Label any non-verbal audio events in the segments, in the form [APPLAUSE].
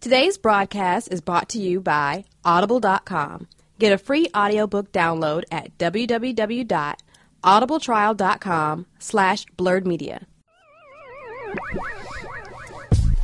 Today's broadcast is brought to you by Audible.com. Get a free audiobook download at www.audibletrial.com slash blurred media.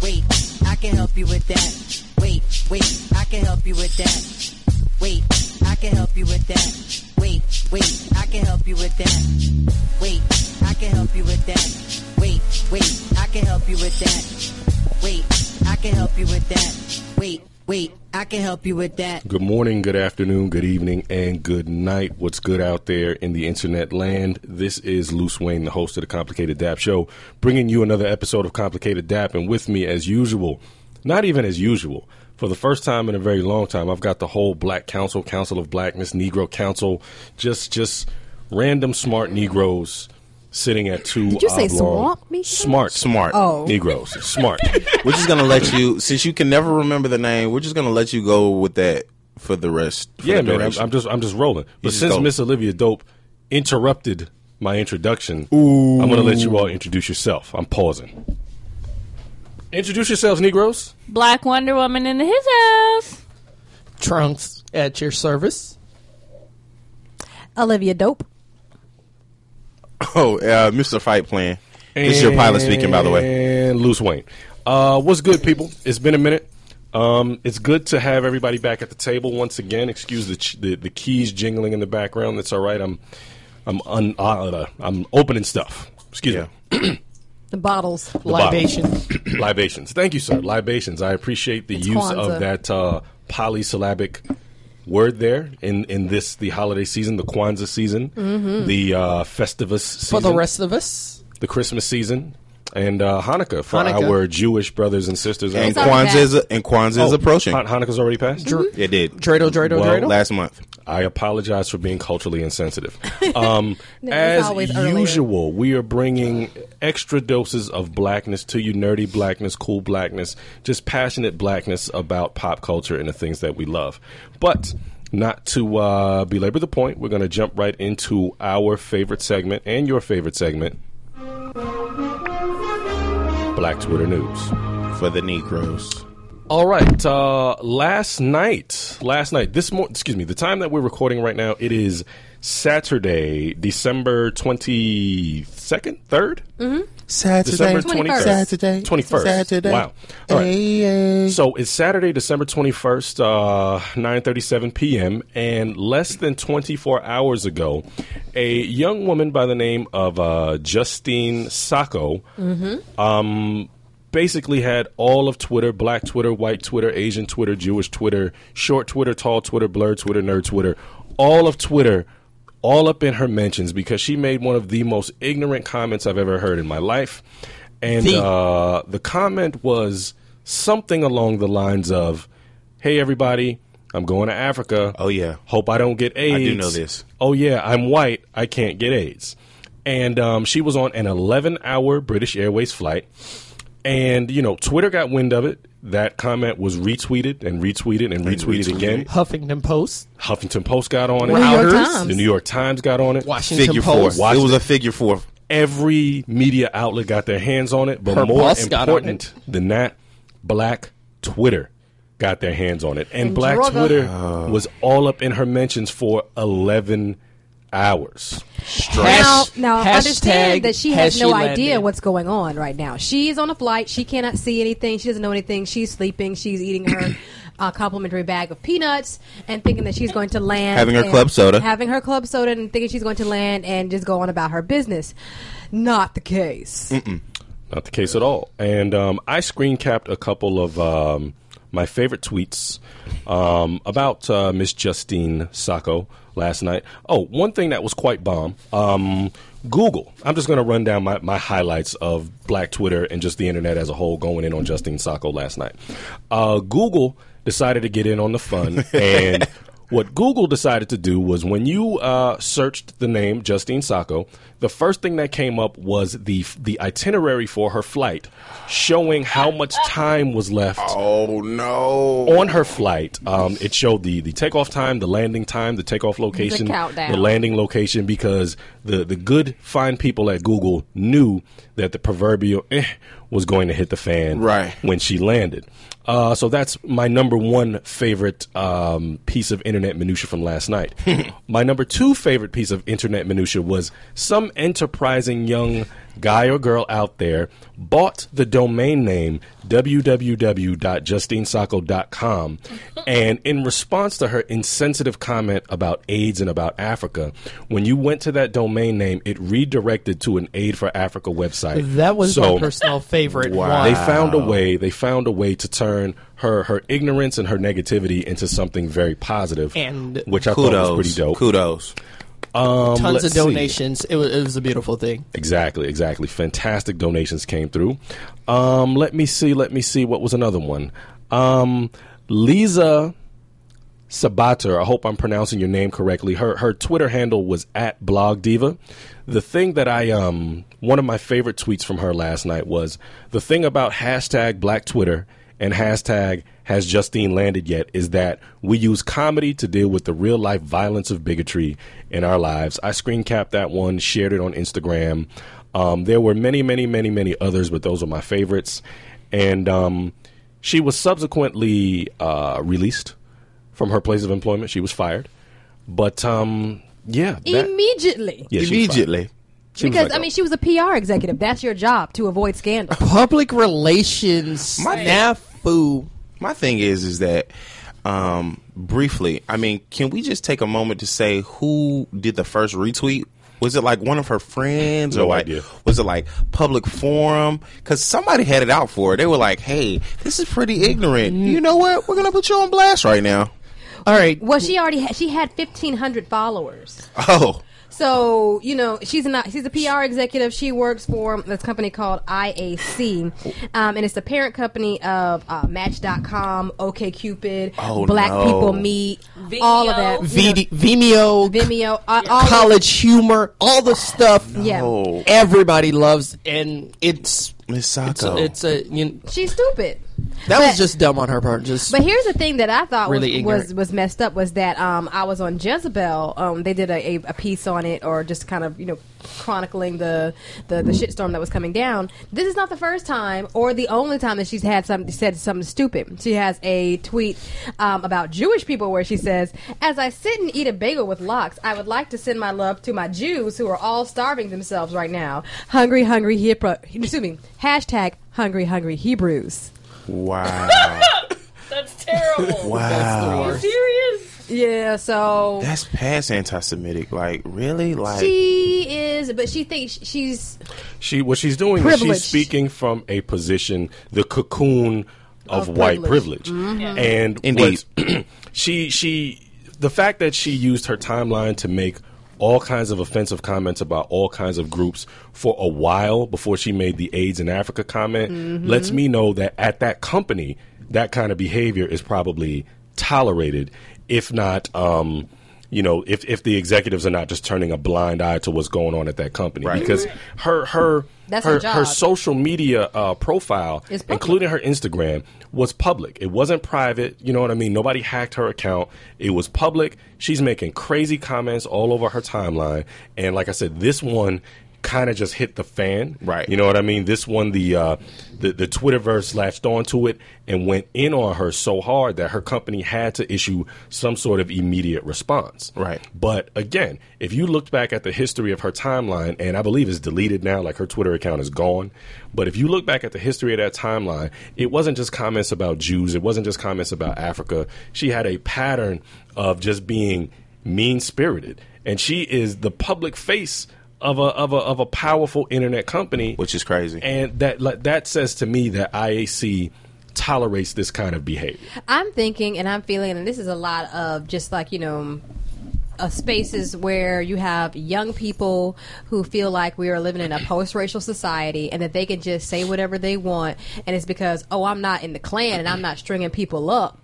Wait, I can help you with that. Wait, wait, I can help you with that. Wait, I can help you with that. Wait, wait, I can help you with that. Wait, I can help you with that. Wait, wait, I can help you with that. Wait, I can help you with that. Wait, wait, I can help you with that. Good morning, good afternoon, good evening, and good night. What's good out there in the internet land? This is Luce Wayne, the host of the Complicated Dap Show, bringing you another episode of Complicated Dap. And with me, as usual, not even as usual, for the first time in a very long time, I've got the whole Black Council, Council of Blackness, Negro Council, just just random smart Negroes sitting at two. Did you say oblong- swamp, Misha? Smart, Smart. Oh. Negroes, [LAUGHS] smart. We're just gonna let you, since you can never remember the name, we're just gonna let you go with that for the rest. For yeah, the man. I'm, duration. I'm just I'm just rolling. But just since go. Miss Olivia Dope interrupted my introduction, I'm gonna let you all introduce yourself. I'm pausing. Introduce yourselves, Negroes. Black Wonder Woman in his house. Trunks at your service. Olivia Dope. oh, uh, Mr. Fight Plan. This is your pilot speaking, by the way. And Luce Wayne. Uh, what's good, people? It's been a minute. Um, it's good to have everybody back at the table once again. Excuse the ch- the, the keys jingling in the background. That's all right. I'm I'm un- uh, I'm opening stuff. Excuse Yeah. me. The bottles. Libation. [CLEARS THROAT] libations. Thank you, sir. Libations. I appreciate the It's use Kwanzaa. of that uh, polysyllabic word there in in this the holiday season, the Kwanzaa season, the uh, Festivus season, Mm-hmm. For the rest of us. the Christmas season, and uh, Hanukkah for Hanukkah. our Jewish brothers and sisters. And out there. already Kwanzaa is and Kwanzaa is Oh, approaching. Han- Hanukkah's already passed. Mm-hmm. It did Dreidel, dreidel, Well, dreidel. last month. I apologize for being [LAUGHS] culturally insensitive. Um, No, it's as always earlier. usual, we are bringing extra doses of blackness to you nerdy blackness, cool blackness, just passionate blackness about pop culture and the things that we love. But not to uh, belabor the point, we're going to jump right into our favorite segment and your favorite segment Black Twitter News. for the Negroes. All right. Uh, last night, last night, this morning, excuse me, the time that we're recording right now, it is Saturday, December 22nd, 3rd? Saturday, December 21st. Mm-hmm. Saturday, 21st. Saturday. Wow. All right. Ay, ay. So it's Saturday, December 21st, uh, 9.37 p.m., and less than 24 hours ago, a young woman by the name of uh, Justine Sacco um, basically had all of Twitter, black Twitter, white Twitter, Asian Twitter, Jewish Twitter, short Twitter, tall Twitter, blur Twitter, nerd Twitter, all of Twitter all up in her mentions because she made one of the most ignorant comments I've ever heard in my life. And The- uh, the comment was something along the lines of, "Hey everybody, I'm going to Africa. Oh, yeah. hope I don't get AIDS. do know this. Oh yeah, I'm white. I can't get AIDS." And um, she was on an 11-hour British Airways flight, and you know Twitter got wind of it. That comment was retweeted and retweeted and retweeted, retweeted. again. Huffington Post. Huffington Post got on it. New York Outers, Times. The New York Times got on it. Washington figure four. Post. Watch It was a figure four. every media outlet got their hands on it, but Her more boss got on important than that, Black Twitter got their hands on it, and, And Black Droga. Twitter was all up in her mentions for eleven hours. Now, Hash- now hashtag understand that she has has no she idea landed. what's going on right now. She's on a flight. She cannot see anything. She doesn't know anything. She's sleeping. She's eating [COUGHS] her uh, complimentary bag of peanuts and thinking that she's going to land. Having her and- club soda. Having her club soda and thinking she's going to land and just go on about her business. Not the case. Not the case at all. And um, I screen capped a couple of um, my favorite tweets um, about uh, Miss Justine Sacco last night. Oh, one thing that was quite bomb. Um, Google. I'm just going to run down my, my highlights of Black Twitter and just the internet as a whole going in on Justine Sacco last night. Uh, Google decided to get in on the fun and. What Google decided to do was when you uh, searched the name Justine Sacco, the first thing that came up was the the itinerary for her flight, showing how much time was left Oh no! on her flight. Um, it showed the the takeoff time, the landing time, the takeoff location, countdown. the landing location, because the the good fine people at Google knew that the proverbial eh, was going to hit the fan Right. when she landed. Uh, so that's my number one favorite um, piece of internet minutia from last night. my number two favorite piece of internet minutia was some enterprising young guy or girl out there bought the domain name www.justinesacco.com and in response to her insensitive comment about AIDS and about Africa when you went to that domain name it redirected to an Aid for Africa website That was So- my personal favorite they one. found a way. They found a way to turn her her ignorance and her negativity into something very positive, And which I thought Kudos. was pretty dope. Kudos. Um, Tons let's of see. donations. It was, it was a beautiful thing. Exactly, exactly. Fantastic donations came through. Um, let me see. Let me see. What was another one? Um, Lisa Sabater. I hope I'm pronouncing your name correctly. Her her Twitter handle was at Blog Diva. The thing that I um one of my favorite tweets from her last night was the thing about hashtag Black Twitter and hashtag Has Justine landed yet? Is that we use comedy to deal with the real life violence of bigotry in our lives. I screen capped that one, shared it on Instagram. Um, there were many, many, many, many others, but those were my favorites. And um, she was subsequently uh, released from her place of employment. She was fired. But um, yeah, that, Immediately. yeah, she was Immediately. fired. She was because let I go. mean, she was a PR executive. That's your job to avoid scandal. Public relations. My- snafu. My thing is, is that um, briefly. I mean, can we just take a moment to say who did the first retweet? Was it like one of her friends, or No like idea. was it like public forum? Because somebody had it out for her. They were like, "Hey, this is pretty ignorant. You know what? We're gonna put you on blast right now." All right. Well, she already had, she had fifteen hundred followers. Oh, So you know she's not she's a PR executive. She works for this company called IAC, um, and it's the parent company of uh, Match.com, OKCupid, Oh, Black no. People Meet, all of that. you know, VD, Vimeo, Vimeo, uh, all of- college humor, all the stuff. Yeah. oh, Everybody loves, and it's Miss it's Sacco. a, it's a you know, She's stupid. that But- was just dumb on her part. Just But here's the thing that I thought Really was, was ignorant. was messed up was that um, I was on Jezebel. Um, they did a, a, a piece on it, or just kind of you know chronicling the, the the shitstorm that was coming down. This is not the first time, or the only time that she's had something said something stupid. She has a tweet um, about Jewish people where she says, "As I sit and eat a bagel with lox, I would like to send my love to my Jews who are all starving themselves right now. Hungry, hungry Hebrew. Excuse me. Hashtag hungry, hungry Hebrews." wow, [LAUGHS] That's terrible. wow, You serious? Yeah, so that's past anti-Semitic. Like, really? Like, She is, but she thinks she's. she what she's doing is Privilege. she's speaking from a position, the cocoon of, Of white privilege. privilege, and Indeed. what- she she the fact that she used her timeline to make all kinds of offensive comments about all kinds of groups for a while before she made the AIDS in Africa comment Mm-hmm. lets me know that at that company that kind of behavior is probably tolerated, if not. Um, you know, if, if the executives are not just turning a blind eye to what's going on at that company, Right. because her her That's her, her job. her social media uh, profile, Is public. including her Instagram, was public. It wasn't private. You know what I mean? Nobody hacked her account. It was public. She's making crazy comments all over her timeline, and like I said, this one kind of just hit the fan. Right. You know what I mean? This one, the uh, the the Twitterverse latched onto it and went in on her so hard that her company had to issue some sort of immediate response. Right. But again, if you looked back at the history of her timeline, and I believe it's deleted now, like her Twitter account is gone. But if you look back at the history of that timeline, it wasn't just comments about Jews, it wasn't just comments about Africa. She had a pattern of just being mean spirited. And she is the public face of a of a of a powerful internet company. which is crazy. and that like, that says to me that IAC tolerates this kind of behavior. I'm thinking and I'm feeling, and this is a lot of just like, you know, uh, spaces where you have young people who feel like we are living in a post racial society and that they can just say whatever they want. And it's because, oh, I'm not in the Klan and I'm not stringing people up.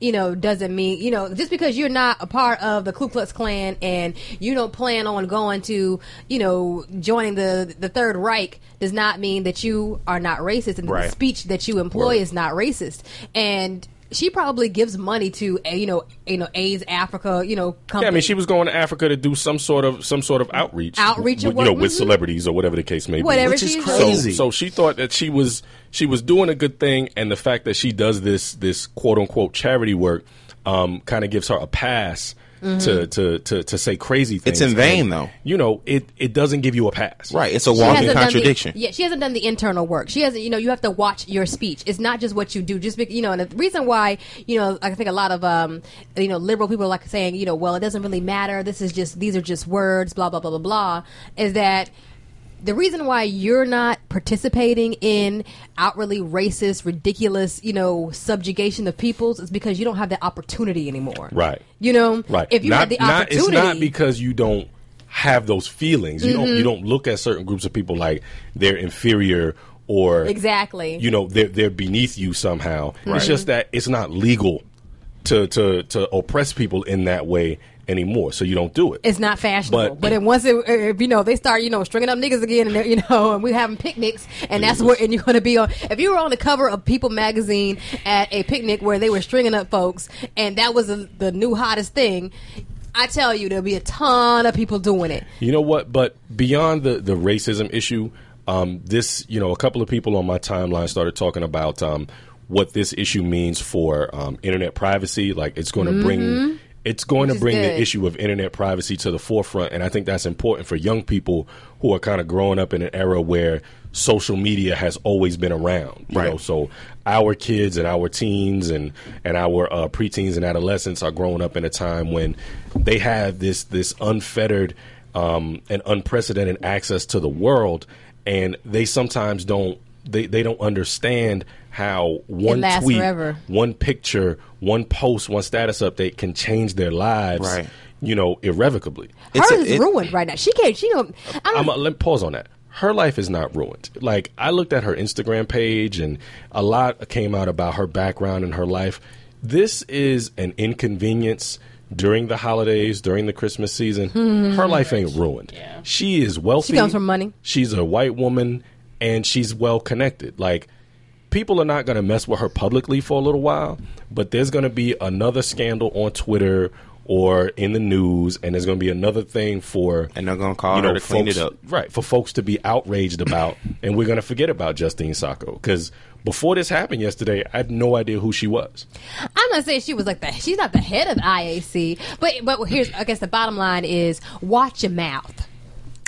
You know, doesn't mean, you know, just because you're not a part of the Ku Klux Klan and you don't plan on going to, you know, joining the the Third Reich does not mean that you are not racist and that Right. the speech that you employ Word. is not racist. And she probably gives money to uh, you know you know AIDS Africa you know company. Yeah, I mean, she was going to Africa to do some sort of some sort of outreach, Outreach with, of you know, what- with mhm. celebrities or whatever the case may be. Whatever Which is she's crazy. doing. So, so she thought that she was she was doing a good thing, and the fact that she does this this quote unquote charity work um, kind of gives her a pass Mm-hmm. to, to to to say crazy things. It's in vain, And, though. You know, it it doesn't give you a pass, Right. It's a She walking hasn't done the- contradiction. yeah, she hasn't done the internal work. She hasn't, you know, you have to watch your speech. It's not just what you do. Just be, you know, and the reason why, you know, I think a lot of, um, you know, liberal people are like saying, you know, well, it doesn't really matter. This is just these are just words. Blah blah blah blah blah. Is that the reason why you're not participating in outwardly racist, ridiculous, you know, subjugation of peoples is because you don't have the opportunity anymore. Right. You know. Right. If you not, had the not- opportunity, Mm-hmm. it's not because you don't have those feelings. You don't you don't look at certain groups of people like they're inferior or Exactly. You know, they're they're beneath you somehow. It's just that it's not legal to to to oppress people in that way anymore. So you don't do it. it's not fashionable. But- But, then once it, if you know they start, you know, stringing up niggas again, and they're, you know, and we having picnics, and that's where and you're going to be on. If you were on the cover of People magazine at a picnic where they were stringing up folks, and that was the, the new hottest thing, I tell you, there'll be a ton of people doing it. You know what? But beyond the the racism issue, um, this you know a couple of people on my timeline started talking about um, what this issue means for um, internet privacy. Like it's going to bring it's Mm-hmm. Which going to is bring the good. issue of internet privacy to the forefront, and I think that's important for young people who are kind of growing up in an era where social media has always been around. You Right. know, so our kids and our teens and and our uh, preteens and adolescents are growing up in a time when they have this this unfettered um, and unprecedented access to the world, and they sometimes don't they, they don't understand how one lasts tweet, forever. one picture, one post, one status update can change their lives. Right. You know, irrevocably. It's Hers a- is it- ruined right now. She can't. She don't. I don't. I'm a, let pause on that. Her life is not ruined. Like I looked at her Instagram page, and a lot came out about her background and her life. This is an inconvenience during the holidays, during the Christmas season. Her life ain't ruined. She is wealthy. Hmm. She comes from money. She's a white woman, and she's well connected. Like people are not going to mess with her publicly for a little while, but there's going to be another scandal on Twitter or in the news, and there's going to be another thing for And they're gonna call her to clean it folks- up. right? For folks to be outraged about, and we're going to forget about Justine Sacco because before this happened yesterday, I had no idea who she was. I'm not saying she was like the she's not the head of the IAC, but but here's I guess the bottom line is watch your mouth.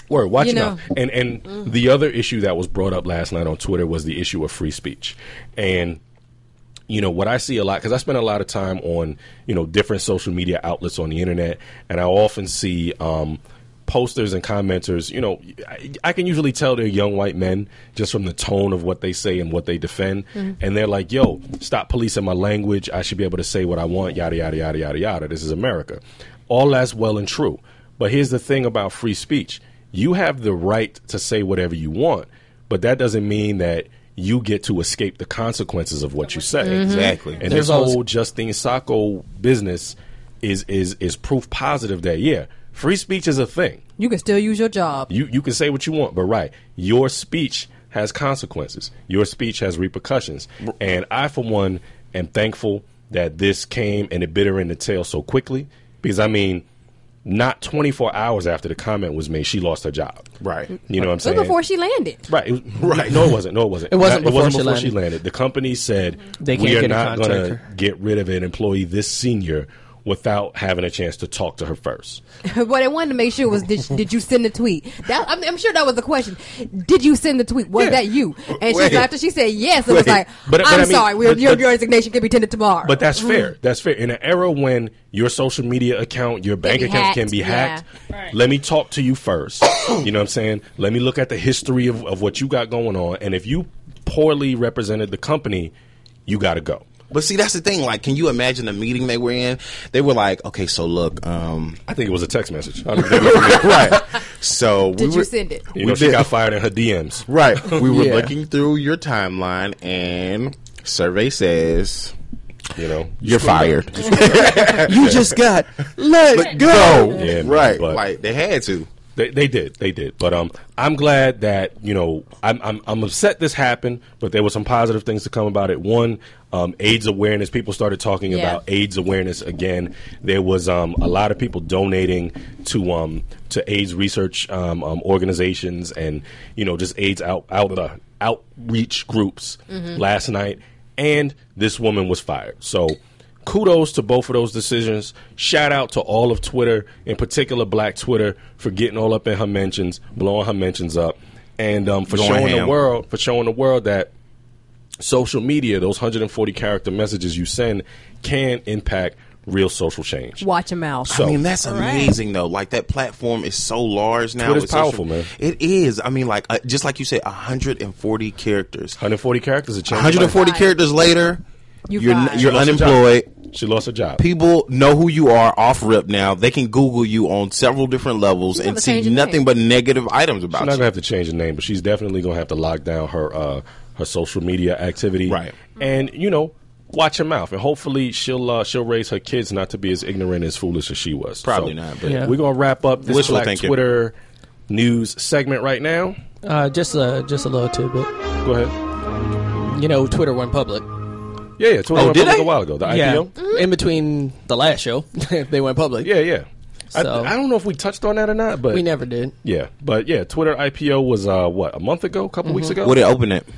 Word, watch You it know. out. And and the other issue that was brought up last night on Twitter was the issue of free speech, and you know what I see a lot because I spend a lot of time on you know different social media outlets on the internet, and I often see um, posters and commenters. You know, I, I can usually tell they're young white men just from the tone of what they say and what they defend, and they're like, "Yo, stop policing my language. I should be able to say what I want." Yada yada yada yada yada. This is America. All that's well and true, but here's the thing about free speech: you have the right to say whatever you want, but that doesn't mean that you get to escape the consequences of what you say. Exactly. And There's this always- whole Justine Sacco business is is is proof positive that yeah, free speech is a thing. You can still use your job. You you can say what you want, but right, your speech has consequences. Your speech has repercussions. And I for one am thankful that this came and it bit her in the tail so quickly because I mean not 24 hours after the comment was made, she lost her job. Right. You know what I'm But saying? before she landed. Right, it was, right. No, it wasn't. No, it wasn't. It It wasn't wasn't before she before she landed. landed. The company said They we can't are get a not going to contractor." get rid of an employee this senior without having a chance to talk to her first. what I wanted to make sure was did, did you send the tweet? That I'm, I'm sure that was the question. Did you send the tweet? Was Yeah. that you? And Wait. she, after she said yes, it was Wait. like, But- but I'm I mean- sorry, we're- but- your, but- your resignation can be tendered tomorrow. But that's fair. That's fair. In an era when your social media account, your bank be account can hacked, be yeah. hacked, Right. let me talk to you first. [COUGHS] you know what I'm saying? Let me look at the history of, of what you got going on. And if you poorly represented the company, you got to go. But see, that's the thing. Like, can you imagine the meeting they were in? They were like, okay, so look, um, I think it was a text message. I don't think- right. So we did you were- send it? you know, she got fired in her DMs. Right. We were Yeah. looking through your timeline, and survey says You know, you're fired. you just got let Go. [LAUGHS] Yeah, man, right. but- Like they had to. They, they did, they did. But um, I'm glad that you know I'm, I'm I'm upset this happened, but there were some positive things to come about it. One, um, AIDS awareness. People started talking Yeah. about AIDS awareness again. There was um, a lot of people donating to um to AIDS research um, um organizations and you know just AIDS out out the outreach groups last night. And this woman was fired. So kudos to both of those decisions. Shout out to all of Twitter, in particular Black Twitter, for getting all up in her mentions, blowing her mentions up, and um, for Going showing the ham. world for showing the world that social media, those 140 character messages you send, can impact real social change. Watch your mouth. So- I mean, that's right. amazing though. Like that platform is so large now. Twitter's with social- powerful, man. It is. I mean, like uh, just like you said, 140 characters. 140 characters a change. 140 Right. characters later, You you're right. n- you're Lost her job. unemployed. She lost her job. People know who you are off rip now. They can Google you on several different levels She's and gonna see change her nothing name. but negative items She's about not you. gonna have to change the name, but she's definitely gonna have to lock down her uh, her social media activity, Right. And you know, watch her mouth, and hopefully she'll uh, she'll raise her kids not to be as ignorant and as foolish as she was. Probably not, but- we're gonna wrap up this Wishful Black thinking. Twitter news segment right now. Uh, just a just a little tidbit. Go ahead. You know, Twitter went public. Yeah, yeah. Twitter Oh, went did public they? a while ago. The IPO. in between the last show, [LAUGHS] they went public. Yeah, yeah. So- I, I don't know if we touched on that or not, but we never did. Yeah, but yeah, Twitter IPO was uh, what a month ago, a couple weeks Mm-hmm. ago. What they open it?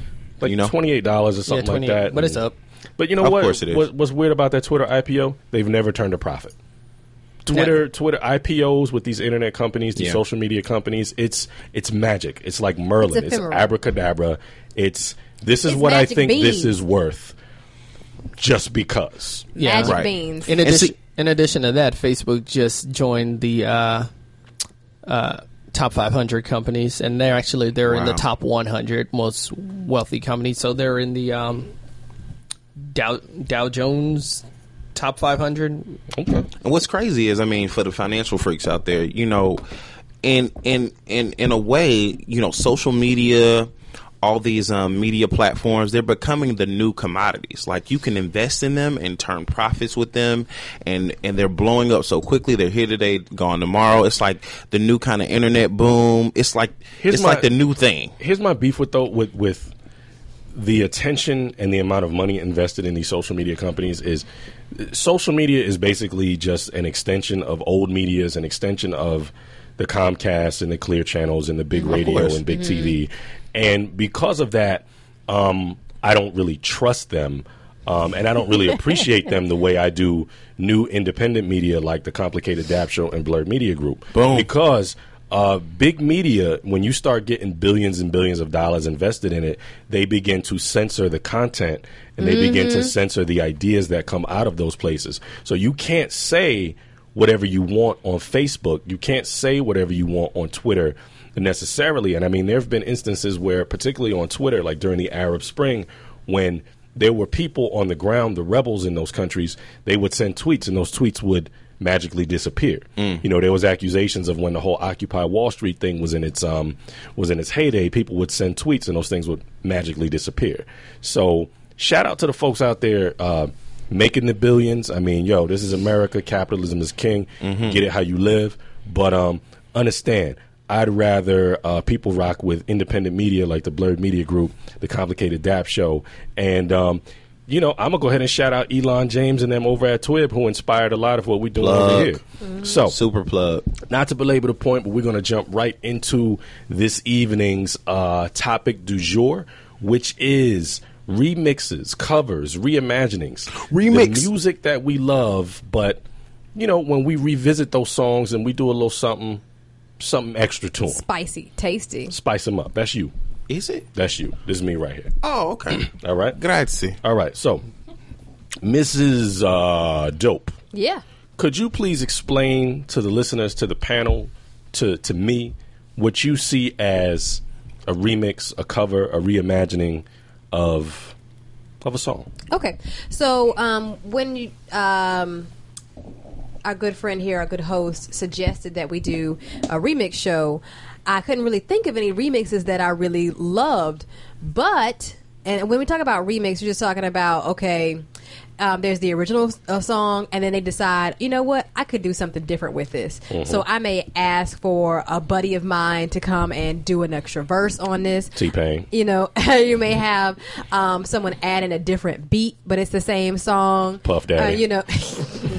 like you know, twenty eight dollars or something like 28, that. but it's And- up. But you know Of what? course it is. What- What's weird about that Twitter IPO? They've never turned a profit. Twitter, Twitter IPOs with these internet companies, these Yeah. social media companies. It's it's magic. It's like Merlin. It's, ephemeral. abracadabra. It's this is It's what I magic think this beans. is worth, just because. Yeah. Magic Right. beans. In And addition, see- in addition to that, Facebook just joined the uh, uh, top 500 companies, and they're actually they're in the Wow. top 100 most wealthy companies. So they're in the um, Dow Dow Jones top 500. And what's crazy is, I mean, for the financial freaks out there, you know, in in in in a way, you know, social media, all these um, media platforms, they're becoming the new commodities. Like you can invest in them and turn profits with them, and and they're blowing up so quickly. They're here today, gone tomorrow. It's like the new kind of internet boom. It's like Here's it's my- like the new thing. here's my beef with though with with the attention and the amount of money invested in these social media companies is social media is basically just an extension of old media is an extension of the Comcast and the Clear channels and the big radio course. and big TV and because of that um, I don't really trust them um, and I don't really appreciate them the way I do new independent media like the Complicated Dab Show and Blurred Media Group Boom. because uh, big media, when you start getting billions and billions of dollars invested in it, they begin to censor the content and they begin to censor the ideas that come out of those places. So you can't say whatever you want on Facebook. You can't say whatever you want on Twitter necessarily. And I mean, there have been instances where, particularly on Twitter, like during the Arab Spring, when there were people on the ground, the rebels in those countries, they would send tweets and those tweets would magically disappear. You know, there was accusations of when the whole Occupy Wall Street thing was in its um was in its heyday, people would send tweets and those things would magically disappear. So shout out to the folks out there uh making the billions. I mean, yo, this is America, capitalism is king. Get it how you live. But um understand I'd rather uh, people rock with independent media like the Blurred Media Group, the Complicated Dap Show, and um, you know I'm gonna go ahead and shout out Elon James and them over at Twib who inspired a lot of what we're doing over Plug. here. So Super plug. not to belabor the point, but we're going to jump right into this evening's uh, topic du jour, which is remixes, covers, reimaginings. Remix. The music that we love, but, you know, when we revisit those songs and we do a little something, something extra to them. Spicy, tasty. Spice them up. That's you. Is it? That's you. This is me right here. Oh, okay. [CLEARS THROAT] All right? Grazie. All right. So, Mrs. Uh, Dope. Yeah. Could you please explain to the listeners, to the panel, to to me, what you see as a remix, a cover, a reimagining of of a song? Okay. So um, when you, um, our good friend here, our good host, suggested that we do a remix show, I couldn't really think of any remixes that I really loved. But, and when we talk about remix, we're just talking about, okay, um, there's the original uh, song, and then they decide, you know what, I could do something different with this. Mm-hmm. So I may ask for a buddy of mine to come and do an extra verse on this. T-Pain. You know, [LAUGHS] you may have um, someone add in a different beat, but it's the same song. Puff Daddy. Uh, you know, [LAUGHS]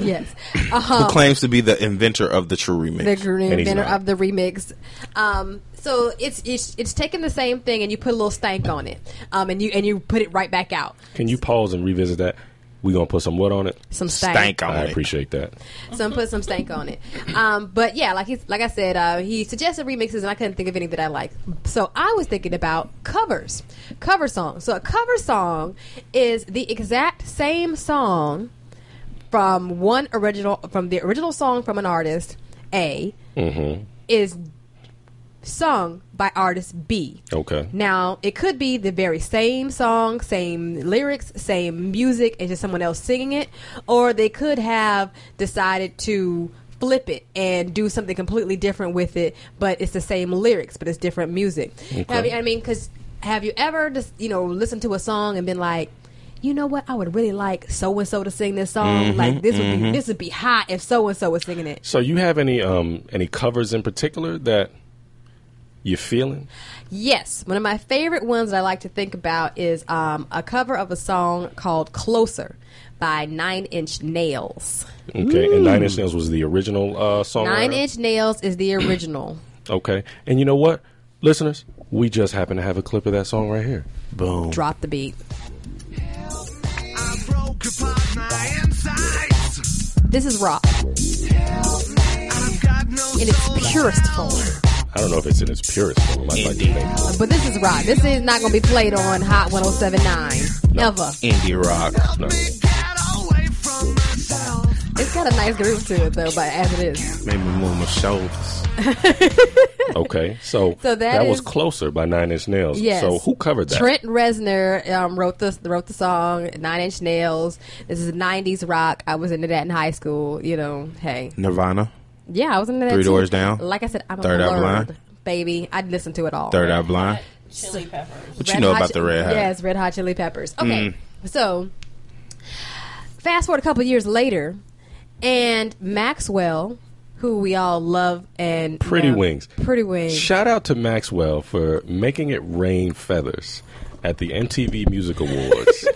yes. Uh-huh. Who claims to be the inventor of the true remix? Oh. the green And he's inventor not. of the remix. Um, so it's, it's it's taking the same thing and you put a little stank on it, um, and you and you put it right back out. Can you pause and revisit that? We gonna put some what on it? Some stank. Stank on I it. appreciate that. [LAUGHS] Some put some stank on it. Um, but yeah, like he's like I said, uh, he suggested remixes, and I couldn't think of any that I liked. So I was thinking about covers, cover songs. So a cover song is the exact same song from one original from the original song from an artist A is sung by artist B. Okay. Now, it could be the very same song, same lyrics, same music, and just someone else singing it, or they could have decided to flip it and do something completely different with it, but it's the same lyrics, but it's different music. I mean, I mean, because have you ever just you know listened to a song and been like. You know what? I would really like so and so to sing this song. like this would be this would be hot if so and so was singing it. So you have any um any covers in particular that you're feeling? Yes, one of my favorite ones that I like to think about is um, a cover of a song called "Closer" by Nine Inch Nails. Okay. And Nine Inch Nails was the original uh, song. Nine Inch Nails is [CLEARS THROAT] the original. Okay. And you know what, listeners, we just happen to have a clip of that song right here. Oh. Boom. Drop the beat. I broke apart my insides. This is rock I've got no in its purest form, I don't know if it's in its purest form. I'd like to think. but this is rock. This is not going to be played on Hot 107.9 ever. Indie rock. No. Get away from myself. It's got a nice groove to it though, but as it is, Made me move my shoulders. Okay. So, [LAUGHS] So that that was is- closer by Nine Inch Nails. yes. So who covered that? Trent Reznor um, wrote the wrote the song Nine Inch Nails. This is '90s rock. I was into that in high school. You know, hey. Nirvana. Yeah, I was into that. Three too. Doors Down. Like I said, I'm Third a Eye nerd, Blind. baby. I'd listen to it all. Third Eye Blind. Chili peppers. What you know Hot about Chi- the Red Hat? Yes, Red Hot Chili Peppers. Okay, so fast forward a couple years later, and Maxwell, who we all love and Pretty know- Wings. Pretty Wings. Shout out to Maxwell for making it rain feathers at the MTV [LAUGHS] Music Awards.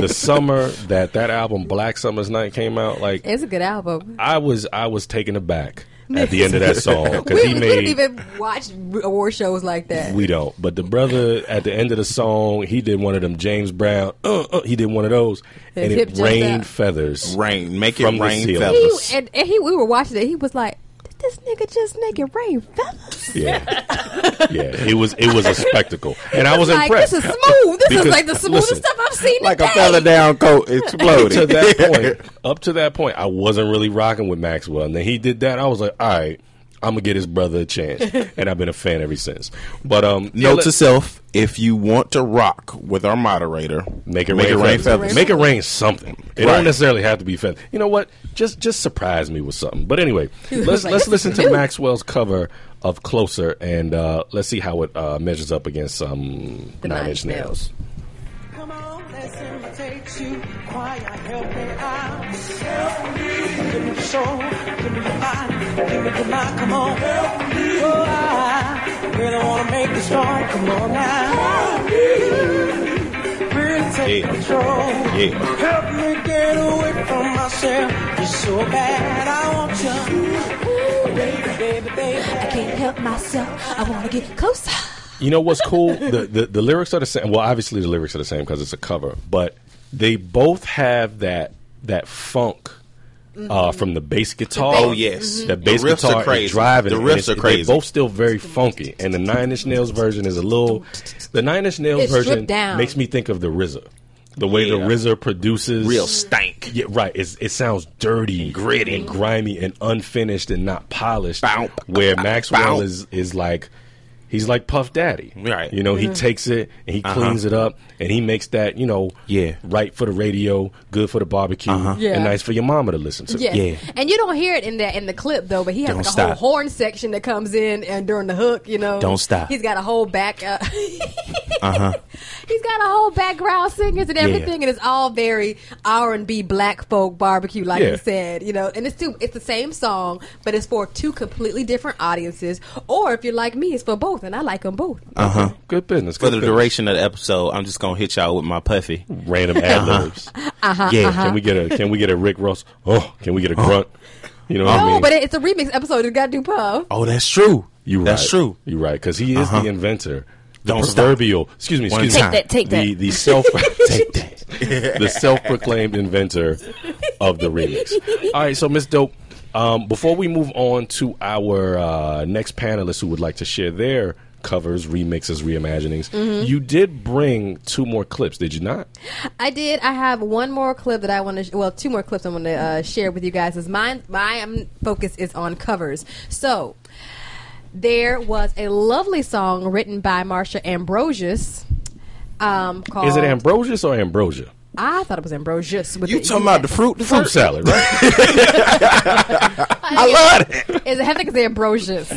the summer that that album Black Summer's Night came out, like it's a good album. I was I was taken aback at the end of that song because [LAUGHS] We, he we don't made even watch award shows like that. we don't. But the brother at the end of the song, he did one of them James Brown. Uh, uh, he did one of those, and hip it jumped rained out. feathers. Rain. Make From it the rain, ceiling. he, fellas. and, and he we were watching it. He was like, "Did this nigga just make it rain feathers?" Yeah, [LAUGHS] yeah. It was it was a spectacle, and I was like impressed. this is smooth. This Because, is like the smoothest listen, stuff I've seen. Like in a feather down coat exploded. to [LAUGHS] that point, up to that point, I wasn't really rocking with Maxwell. And then he did that. I was like, all right, I'm gonna get his brother [LAUGHS] a chance. and I've been a fan ever since. But um, yeah, Note let- to self: If you want to rock with our moderator, make it rain, feathers. Make it rain something. It Right. don't necessarily have to be feathers. You know what? Just just surprise me with something. But [LAUGHS] anyway, let's like, let's listen to Maxwell's cover of Closer, and uh, let's see how it uh, measures up against um, The Nine Inch Nails. Come on, let's imitate you. Choir, help me out. Give me the soul, give me the body, give me the mind. Come on, help me. Oh, I really wanna make it strong. Come on now. Really take Yeah. control. Yeah. Help me get away from myself. You're so bad, I want you. Baby, baby, baby. can't help myself. I want to get [LAUGHS] closer. You know what's cool? the, the the lyrics are the same. Well, obviously the lyrics are the same because it's a cover, but they both have that that funk uh, Mm-hmm. from the bass guitar. Oh, yes. that Mhm. bass The riffs guitar are crazy. is driving. The it, riffs and it's- are crazy. They're both still very funky, and the Nine Inch Nails version is a little. The Nine Inch Nails It's version stripped down. makes me think of the RZA, the way the Yeah. RZA produces real stank. yeah, right. It's, it sounds dirty, and gritty, and grimy, and unfinished, and not polished. Bow, where bow, Maxwell bow. is is like, he's like Puff Daddy, Right. Uh-huh. You know, he takes it and he cleans it up, and he makes that you know, Yeah. Uh-huh. right for the radio, good for the barbecue, Yeah. and nice for your mama to listen to. Yes. Yeah. And you don't hear it in the in the clip though, but he has Don't like a stop. whole horn section that comes in and during the hook, you know. Don't stop. He's got a whole back uh, [LAUGHS] Uh-huh. He's got a whole background singers and everything, and it's all very R and B black folk barbecue, like Yeah. you said, you know. And it's two, it's the same song, but it's for two completely different audiences. Or if you're like me, it's for both, and I like them both. Uh-huh. Good business. For good the business. duration of the episode, I'm just gonna hit y'all with my puffy. Random [LAUGHS] ad libs. yeah, Can we get a Can we get a Rick Ross? Oh, can we get a grunt? You know what no, I mean? but it, it's a remix episode. It's got to do puff. Oh, that's true. you that's right. true. You're right because he is the inventor. Uh-huh. The Don't stop. proverbial. Excuse me. One Excuse time. me. Take that, take The that. [LAUGHS] the self take that. the self proclaimed inventor of the remix. All right, so Miss Dope. Um, before we move on to our uh, next panelists who would like to share their covers, remixes, reimaginings, Mm-hmm. you did bring two more clips, did you not? I did. I have one more clip that I want to. Sh- well, two more clips I want to uh, share with you guys. Is mine. My um, focus is on covers. So there was a lovely song written by Marsha Ambrosius. Um, called Is it Oh. Ambrosius or Ambrosia? I thought it was Ambrosius. With You the- E. talking about the fruit? The Fruit fruit? salad, [LAUGHS] right? I love it. Uh, Is I think it's [LAUGHS] Ambrosius.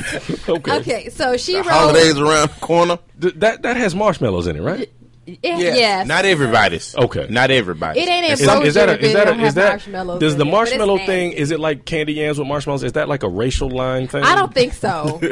[LAUGHS] okay. okay, so she wrote. Holidays around the corner. Th- that that has marshmallows in it, right? It, Yeah. yes. Not everybody's. Okay. Not everybody. It ain't It's Is, Ambrosia. some- is that a, then is that don't a, have is that marshmallows does in it, the but it's marshmallow nasty. thing? Is it like candy yams with marshmallows? Is that like a racial line thing? I don't think so. [LAUGHS]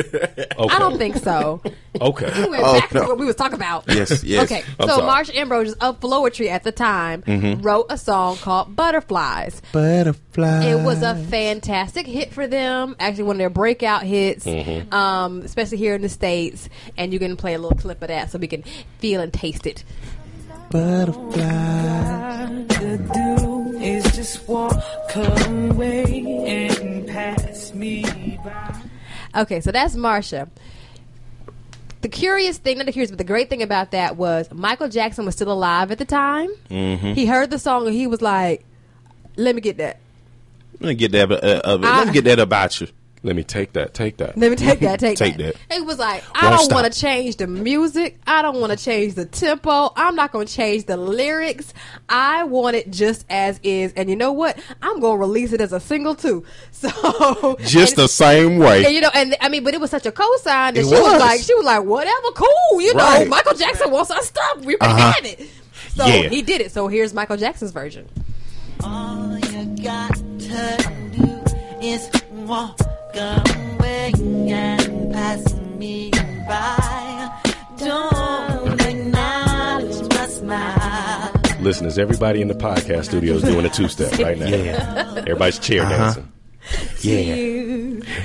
Okay. I don't think so. Okay. We went Oh, back no. to what we was talking about. Yes, yes. Okay, I'm so sorry. Marsh Ambrose of Floetry at the time Mm-hmm. wrote a song called Butterflies. Butterfly. It was a fantastic hit for them. Actually, one of their breakout hits, Mm-hmm. um, especially here in the states. And you can play a little clip of that so we can feel and taste it. to do is just walk away and pass me by. Okay, so that's Marsha. The curious thing, not the curious, but the great thing about that was Michael Jackson was still alive at the time. Mm-hmm. He heard the song and he was like, "Let me get that. Let me get that. Uh, uh, let I- me get that about you. Let me take that. Take that. Let me take that. Take, Take that." that. He was like, "I Won't don't stop. want to change the music. I don't want to change the tempo. I'm not going to change the lyrics. I want it just as is. And you know what? I'm going to release it as a single too. [LAUGHS] So Just and- the same And way. you know, and I mean, but it was such a cosign that she It was. was. like, she was like, whatever, cool, you know, Right. Uh-huh. Michael Jackson wants our stuff, we can have it. So Yeah. he did it. So here's Michael Jackson's version. All you got to do is walk away and pass me by. Don't acknowledge my smile. Listeners, everybody in the podcast studio is doing a two step right now. Everybody's chair dancing. Uh-huh.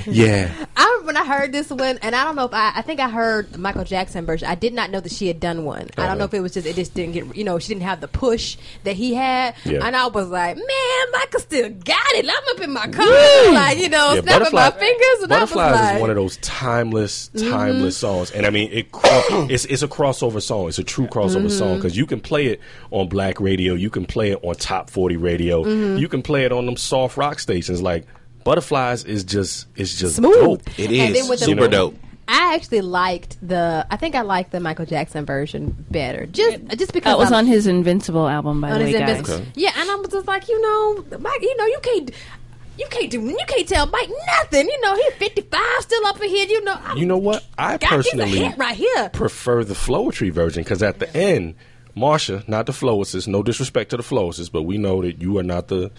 Yeah. I when I heard this one, and I don't know if I, I think I heard the Michael Jackson version. I did not know that she had done one. I Uh-huh. don't know if it was just it just didn't get you know she didn't have the push that he had, Yeah. and I was like, man, Michael still got it. I'm up in my car, like you know, Yeah, snapping my Butterflies- fingers. Mm-hmm. And I Butterflies was like, is one of those timeless, timeless songs, and I mean, it cro- [COUGHS] it's it's a crossover song. It's a true crossover song 'cause Mm-hmm. song because you can play it on black radio, you can play it on top forty radio, Mm-hmm. you can play it on them soft rock stations. Like Butterflies is just it's just Smooth. dope. It And is then with the- super dope. I actually liked the. I think I liked the Michael Jackson version better. Just just because That was I- on his Invincible album, by on the his way, guys. Invis- Yeah, and I was just like, you know, Mike, you know, you can't. You can't do. You can't tell Mike nothing. You know, he's fifty five, still up in here. You know, I'm, You know what? I God, he's a personally hit right here. prefer the Flowetry version because at the end, Marsha, not the Flowicist, no disrespect to the Flowicist, but we know that you are not the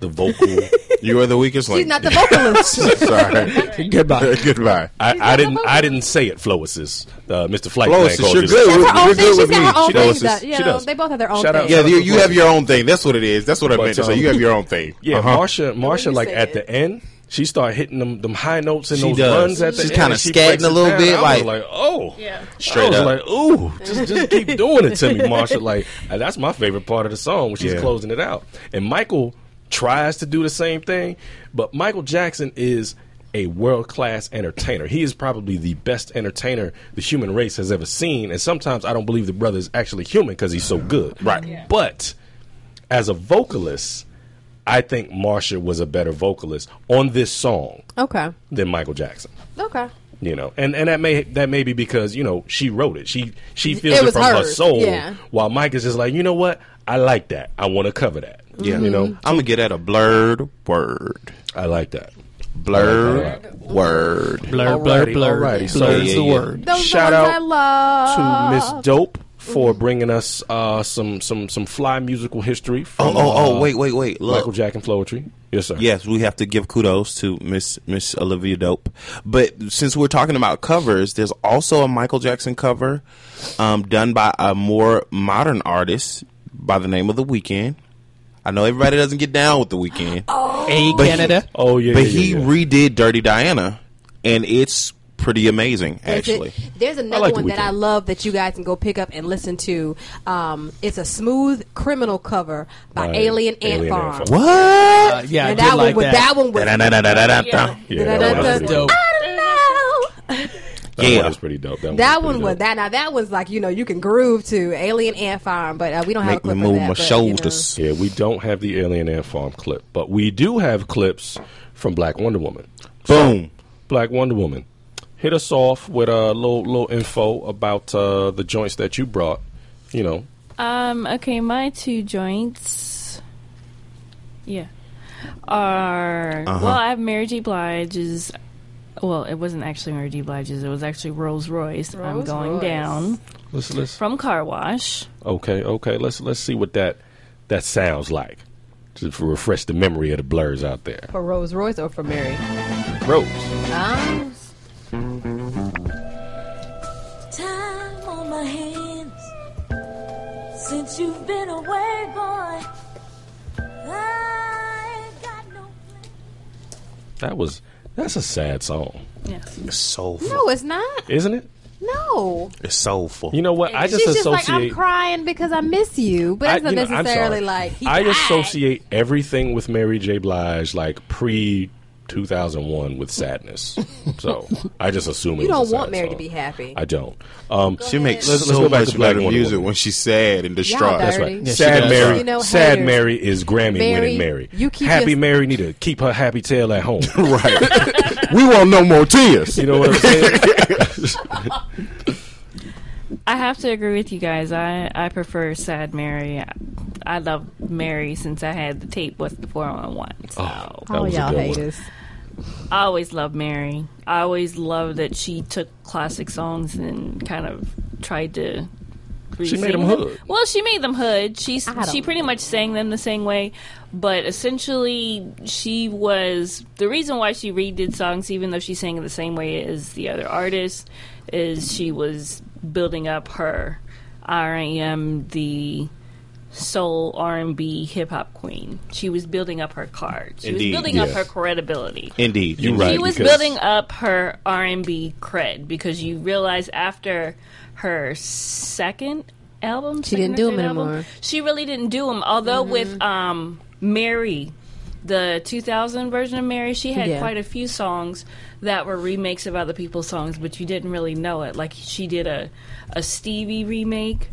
the vocal. [LAUGHS] You are the weakest link. She's not the vocalist. [LAUGHS] Sorry. [LAUGHS] Goodbye. Goodbye. I, She's I not the didn't. vocal. I didn't say it, Flowicist. Uh, Mr. Flight. Flowicist, Plan called you're you- good. That's her own thing. You're good She's with got her me. own She thing. does. That, you She know, does. they both have their own Shout out- thing. Yeah, you, you have your own thing. That's what it is. That's what I But, meant. So um, you have your [LAUGHS] own thing. Yeah, Uh-huh. Marsha. Marsha, you like say at it. the end, she started hitting them them high notes and She those does. runs at the She's end. kinda and she scatting breaks a it little down. bit, I was like- like oh, Yeah. Straight I was up. like ooh, just just keep doing it to me, Marsha. Like and that's my favorite part of the song when she's Yeah. closing it out. And Michael tries to do the same thing, but Michael Jackson is. A world class entertainer. He is probably the best entertainer the human race has ever seen. And sometimes I don't believe the brother is actually human because he's so good. Right. Yeah. But as a vocalist, I think Marsha was a better vocalist on this song Okay. than Michael Jackson. Okay. You know, and and that may that may be because you know she wrote it. She she feels It it, was from her hers, soul. yeah. While Mike is just like, you know what, I like that. I want to cover that. Yeah. Mm-hmm. you know, I'm gonna Mm-hmm. get at a blurred word. I like that. Blurred word. Blur, blur, Alrighty, blur. alrighty. Blur's Yeah, the yeah, yeah. word. Those Shout are the ones out I love. to Miss Dope for Mm-hmm. bringing us uh, some some some fly musical history. Oh, From, oh, oh! uh, Wait, wait, wait! Look, Michael Jack and Floetry. Yes, sir. Yes, we have to give kudos to Miss Miss Olivia Dope. But since we're talking about covers, there's also a Michael Jackson cover um, done by a more modern artist by the name of The Weeknd. I know everybody doesn't get down with The Weeknd, Oh. A But he- Canada. Oh yeah. but yeah, yeah, he yeah. redid Dirty Diana, and it's pretty amazing, There's a- actually. there's another like The one that I Weeknd. love that you guys can go pick up and listen to. Um, it's a smooth criminal cover by Right. Alien Ant Alien Ant Farm. Farm. What? Uh, yeah, I And did that, like one, that. one was. Yeah. Yeah, that, that, one is That's was pretty dope. dope. I don't know. That Yeah. one is pretty dope. That, one That is pretty one was dope. that. Now that one's like you know you can groove to Alien Ant Farm, but uh, we don't have a Make me clip move of that. my but, you shoulders. Yeah, we don't have the Alien Ant Farm clip, but we do have clips from Black Wonder Woman. Boom. Black Wonder Woman, hit us off with a little little info about uh, the joints that you brought. You know, Um, okay, my two joints. Yeah. Are. Uh-huh. Well, I have Mary J. Blige's. Well, it wasn't actually Mary J. Blige's, it was actually Rolls Royce. I'm Rolls going Royce. down let's let's from Car Wash. okay okay let's let's see what that that sounds like to f- refresh the memory of the blurs out there. for Rolls Royce or for Mary. Rose, Um, time on my hands since you've been away, boy. I ain't got no plan. that was that's a sad song, Yes. It's soulful. no, it's not. isn't it? No, It's soulful. You know what? I just she's just associate. like I'm crying because I miss you, but I- it's not you know, I'm necessarily sorry. like he I died. associate everything with Mary J. Blige, like pre 2001, with sadness. so I just assume You it was a don't sad want Mary to song. be happy. I don't. Um, she makes Let's- let's so go back much to Black better Wonder music Woman. when she's sad and distraught. That's that's right. right. Yeah, she sad does. Mary. You know, sad haters. Mary is Grammy Mary, winning Mary. you keep happy your- Mary need to keep her happy tail at home. [LAUGHS] [LAUGHS] right. we want no more tears. you know what [LAUGHS] I'm saying? I have to agree with you guys. I, I prefer Sad Mary. I, I love Mary since I had the tape with the 411. So That oh was a y'all good haters. I always loved Mary. I always loved that she took classic songs and kind of tried to. She re-sing made 'em hood. Well, she made them hood. She s- I don't she pretty much sang them the same way, but essentially she was the reason why she redid songs, even though she sang it the same way as the other artists, is she was building up her R.E.M. the soul R&B hip hop queen. She was building up her card. She Indeed, was building up yes. her credibility. Indeed, you're She right. She was because- building up her R and B cred because you realize after her second album, She didn't second do or 'em third album, anymore. Mm-hmm. She really didn't do them. Although with um, Mary, the 2000 version of Mary, she had Yeah. quite a few songs that were remakes of other people's songs, but you didn't really know it. Like she did a a Stevie remake.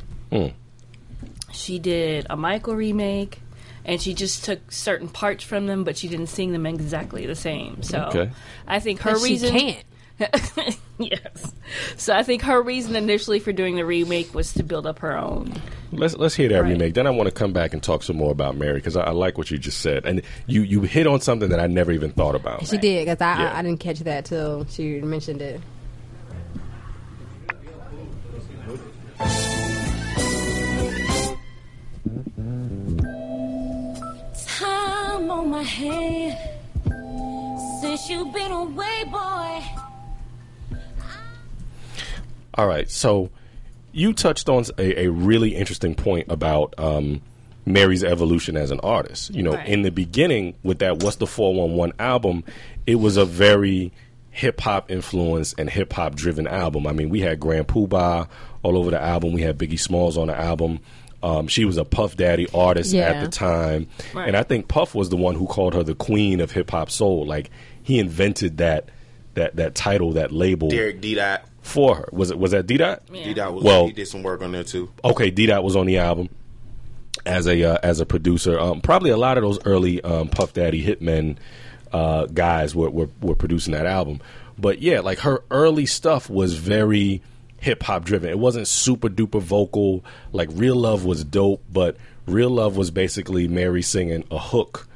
She did a Michael remake. And she just took certain parts from them, but she didn't sing them exactly the same. So Okay. I think her She reason can't. [LAUGHS] yes. So I think her reason initially for doing the remake was to build up her own. Let's let's hear that Right. remake. Then I want to come back and talk some more about Mary because I, I like what you just said, and you you hit on something that I never even thought about. She did because I, Yeah. I I didn't catch that till she mentioned it. time on my hand since you've been away, boy. All right. So you touched on a, a really interesting point about um, Mary's evolution as an artist. You know, Right. in the beginning with that What's the 411 album, it was a very hip hop influenced and hip hop driven album. I mean, we had Grand Poobah all over the album, we had Biggie Smalls on the album. Um, she was a Puff Daddy artist at Yeah. the time. Right. And I think Puff was the one who called her the queen of hip hop soul. Like he invented that that that title, that label Derek D. Dot. for her. Was it was that D Dot? D. Dot was Well- he did some work on there too. Okay, D Dot was on the album as a uh, as a producer. Um, probably a lot of those early um, Puff Daddy Hitmen uh, guys were, were were producing that album. But yeah, like her early stuff was very hip hop driven. It wasn't super duper vocal. Like Real Love was dope, but Real Love was basically Mary singing a hook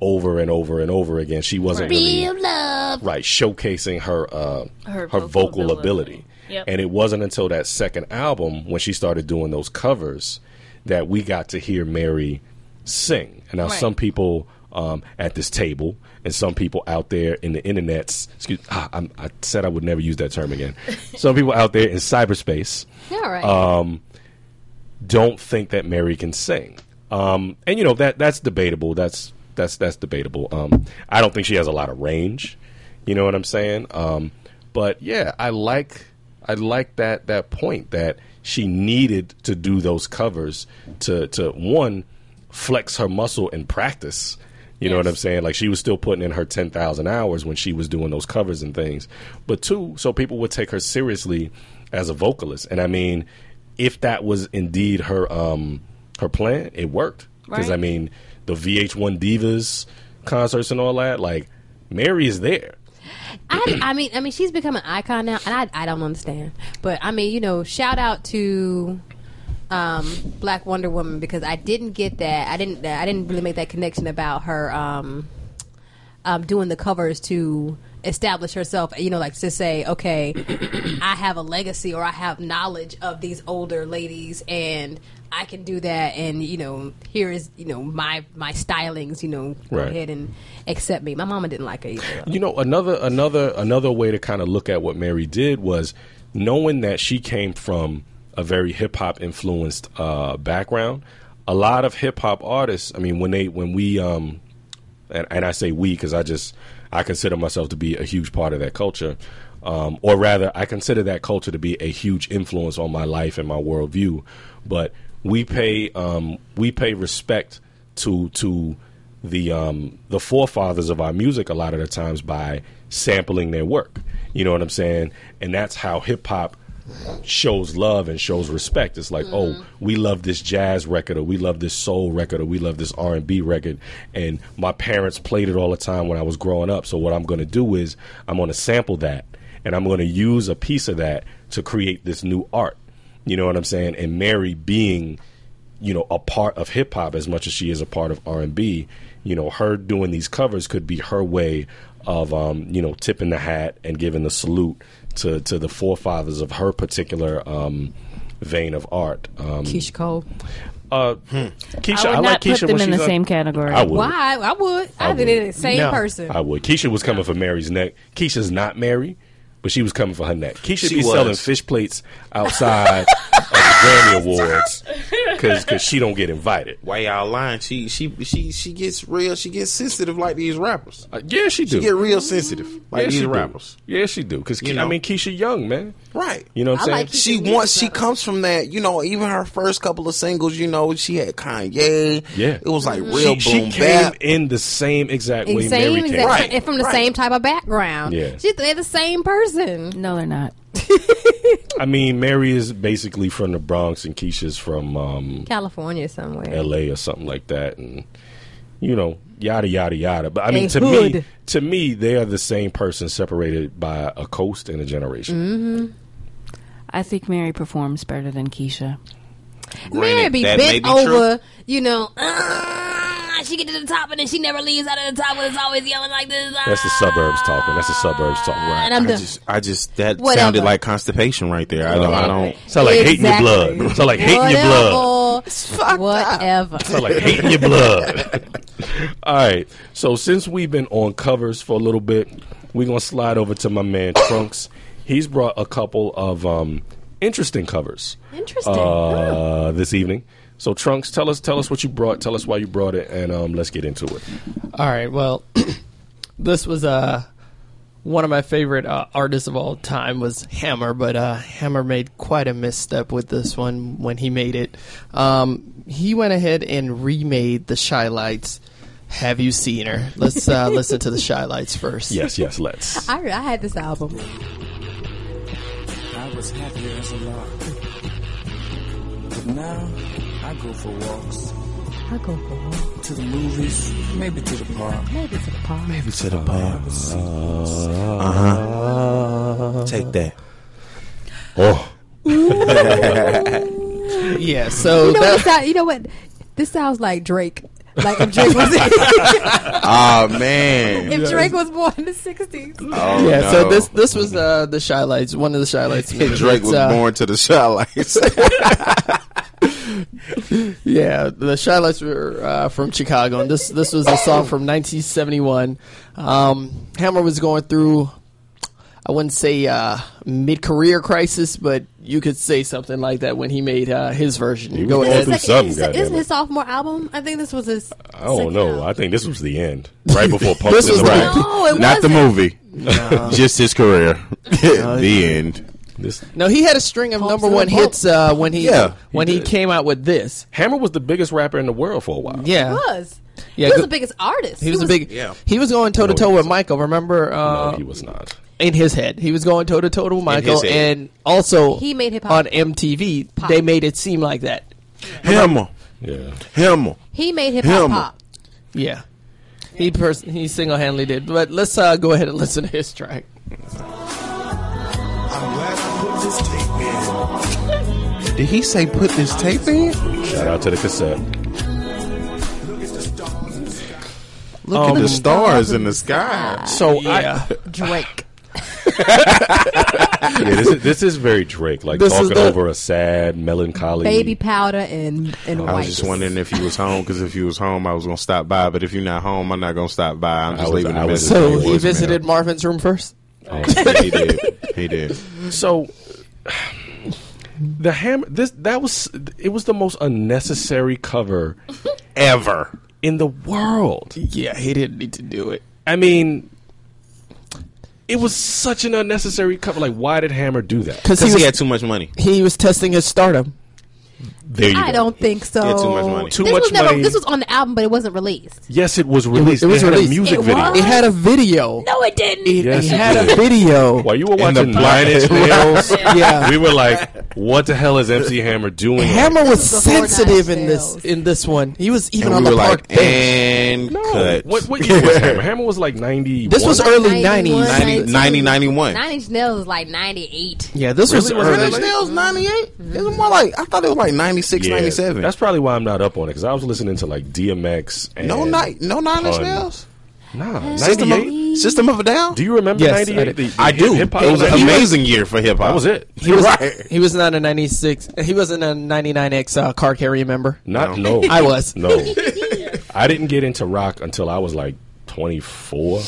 over and over and over again. She wasn't really love. right showcasing her uh, her, Her vocal, vocal ability. ability. Yep. And it wasn't until that second album when she started doing those covers that we got to hear Mary sing. And now Right. some people um, at this table and some people out there in the internets, excuse ah, I'm, I said I would never use that term again. some people out there in cyberspace All Uh, right. don't think that Mary can sing. Um, and you know that that's debatable. That's that's that's debatable. Um, I don't think she has a lot of range. You know what I'm saying? Um, but yeah, I like I like that that point that she needed to do those covers to to one flex her muscle and practice. You know what I'm saying? Like she was still putting in her 10,000 hours when she was doing those covers and things. But two, so people would take her seriously as a vocalist. And I mean, if that was indeed her um her plan, it worked. Because Right. I mean, the VH1 Divas concerts and all that, like Mary is there. I, I mean, I mean, she's become an icon now, and I, I don't understand. But I mean, you know, shout out to um, Black Wonder Woman because I didn't get that. I didn't. I didn't really make that connection about her um, um, doing the covers to establish herself. You know, like to say, okay, [CLEARS THROAT] I have a legacy or I have knowledge of these older ladies and. I can do that, and you know, here is you know my my stylings. You know, go Right. ahead and accept me. My mama didn't like her either. You know, another another another way to kind of look at what Mary did was knowing that she came from a very hip hop influenced uh, background. A lot of hip hop artists, I mean, when they when we um, and, and I say we because I just I consider myself to be a huge part of that culture, um, or rather, I consider that culture to be a huge influence on my life and my worldview. But we pay um, we pay respect to to the um, the forefathers of our music a lot of the times by sampling their work. You know what I'm saying? And that's how hip hop shows love and shows respect. It's like, oh, we love this jazz record, or we love this soul record, or we love this R and B record, and my parents played it all the time when I was growing up. So what I'm going to do is I'm going to sample that, and I'm going to use a piece of that to create this new art. You know what I'm saying? And Mary being you know a part of hip hop as much as she is a part of R and B. You know, her doing these covers could be her way of um, you know tipping the hat and giving the salute to to the forefathers of her particular um, vein of art. Um, Keisha Cole. uh, Keisha, I would I like not Keisha put when them in the she's on- same category. I would. Why? I would. I, think they're the same No. person. I would. Keisha was coming for Mary's neck. Keisha's not Mary, but she was coming for her neck. Keisha be She was. selling fish plates outside of the Grammy Awards because she don't get invited. Why y'all lying? She she she she gets real. She gets sensitive like these rappers. Uh, yeah, she do. She get real sensitive like yeah, these she do. rappers. Yeah, she do. Because You know? I mean, Keisha Young, man. Right. You know what I'm I saying? like she Keisha once Yeats, she though. comes from that, you know, even her first couple of singles, you know, she had Kanye. Yeah. It was like Mm-hmm. real she, she boom came bap. in the same exact way And same Mary came. exact, Right, and from the right. same type of background. Yeah. She- they're the same person. no, they're not. I mean, Mary is basically from the Bronx and Keisha's from um, California somewhere. L.A. or something like that, and you know, yada yada yada. But I mean, to me, hood. to me, they are the same person, separated by a coast and a Mm-hmm. generation. I think Mary performs better than Keisha. Mary Granted, be that may bent be over, true. you know. "Ah, she get to the top and then she never leaves out of the top when it's always yelling like this. ah." That's the suburbs talking. That's the suburbs talking. And I'm I done. just, I just that Whatever. sounded like constipation right there. I don't, I don't. Sound Ah. like Exactly. hating your blood. Sound like hating your blood. Whatever. Whatever. Sound like hating your blood. [LAUGHS] All right. So since we've been on covers for a little bit, we're gonna slide over to my man Trunks. He's brought a couple of um, interesting covers. Interesting. uh, this evening. So Trunks, tell us tell us what you brought, tell us why you brought it, and um, let's get into it. All right. Well, [CLEARS THROAT] this was uh, one of my favorite uh, artists of all time was Hammer, but uh, Hammer made quite a misstep with this one when he made it. Um, he went ahead and remade the Shy Lights. Have you seen her? Let's uh, listen to the Shy Lights first. Yes, yes, [LAUGHS] let's. I, re- I had this album. I was happier as a lark. But now, I go for walks. I go for To the movies, maybe to the park. maybe to the park. Maybe to the bar. Uh huh. Take that. Oh, Yeah. So You know, [LAUGHS] that, what, sou- you know what? This sounds like Drake. Like if Drake [LAUGHS] was if Oh man. Drake was born in the sixties. Oh, yeah, so no. this this was uh, the Shy Lights, one of the Shy Lights. [LAUGHS] movies. Drake was Uh, born to the satellites. Yeah, the Shy Lights were uh, from Chicago, and this this was a song from 1971. Um, Hammer was going through, I wouldn't say uh, mid career crisis, but you could say something like that when he made uh, his version. He was Go going ahead. through something, Isn't goddamn it. his sophomore album? I think this was his. I don't know. I think this was the end, right before Pump This in was the the- Rack. No, it Not the wasn't. movie. Just his career. the end. This No, he had a string of number to the one pulp. hits uh, when he Yeah, he when he did. came out with this. Hammer was the biggest rapper in the world for a while. He Yeah, was. he Yeah, was go- the biggest artist. he was a big. Yeah. He was going toe to No, toe he with wasn't. Michael. Remember? Uh, No, he was not. in his head. He was going toe to toe with Michael, his head. and also He made hip-hop. on MTV. Pop. They made it seem like that. Him. Yeah. Him. He made hip hop Him. pop. Yeah, he pers- he single handedly did. But let's uh, go ahead and listen to his track. Did he say put this tape in? Shout out to the cassette. Look Um, Oh, at the him. stars in the sky. So Yeah. I, Drake. Yeah, this is, this is very Drake, like This is talking the- over a sad, melancholy Baby powder and and I white. was just wondering if he was home because if he was home, I was gonna stop by. But if you're not home, I'm not gonna stop by. I'm I just was- leaving I a was- message. So for your he voicemail. visited Marvin's room first. Oh, he did. He did. So the hammer this that was it was the most unnecessary cover Ever. in the world. Yeah, he didn't need to do it. I mean it was such an unnecessary cover. Like why did Hammer do that? Because he, Because he was had too much money. he was testing his stardom. There you I don't think so. Yeah, too much money. Too this much was never, money. This was on the album, but it wasn't released. Yes, it was released. it was They had a released. music It video. was? It had a video. No, it didn't. It, Yes, it it had a did. video. While you were In the watching Nine Inch Nails, yeah. we were like, "What the hell is MC Hammer doing?" Hammer was This was before Nine sensitive in Inch this Nails. in this one. He was even And we on were the park like, bench. and No. cut. What, what year [LAUGHS] was Hammer? Hammer was like ninety. This was Like early 91, 90s. 90, 92. 90, 91. Nine Inch Nails is like ninety eight. Yeah, this was Really? Was early. that Nine Inch Nails 98? It was more like, I thought it was like 96, 97. That's probably why I'm not up on it because I was listening to like DMX. And no, night, no Nine Inch Pun. Nails? Nah, System ninety eight. of, System of a Down? Do you remember Yes, I ninety do. eight? I do. It Hip hop was an amazing year for hip hop. That was it. He was, Right. he was not a 96. He wasn't a 99X uh, car carrier member. Not no. I was. no. I didn't get into rock until I was like 24.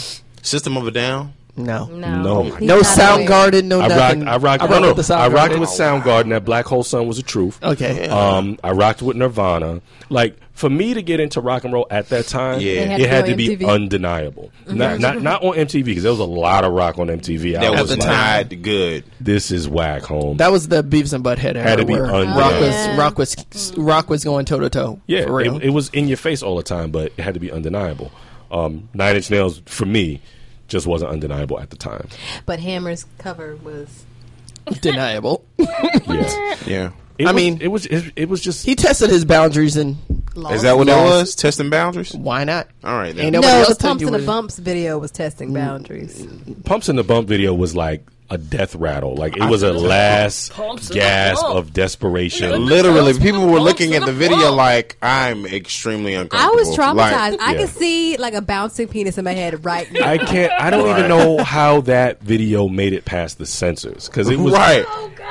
System of a Down? No. No, No. He's not No aware. Soundgarden, no I rocked. Oh, nothing. I rocked. I no, rocked no. with the I rocked Soundgarden. with Soundgarden. That Black Hole Sun was the truth. Okay. Um, I rocked with Nirvana. Like for me to get into rock and roll at that time, Yeah. They had to it had be to on be MTV. undeniable. Not, not not on MTV because there was a lot of rock on MTV. I That was was like, tied good. This is whack home. that was the Beavis and Butthead era. Had to be where undone. Rock Yeah. was, rock, was, rock was going toe to toe. yeah, For real. it, it was in your face all the time, but it had to be undeniable. Um, Nine Inch Nails for me just wasn't undeniable at the time. But Hammer's cover was. Deniable. [LAUGHS] Yeah, Yeah. It I was- mean- it was it, it was just he tested his boundaries, and Long. Is that what that Lost. was? Testing boundaries? why not? All right. Ain't Then. nobody No, else the told Pumps you and the what it- Bumps video was testing boundaries. Pumps in the Bump video was like a death rattle. Like it was a last Pumps in the gasp Bump. of desperation. Literally, Those people were were the looking at bumps the in the video world. like, I'm extremely I uncomfortable. was traumatized. Like, I yeah. could see like a bouncing penis in my head right now. I can't. I don't even Right. know how that video made it past the censors because it was right.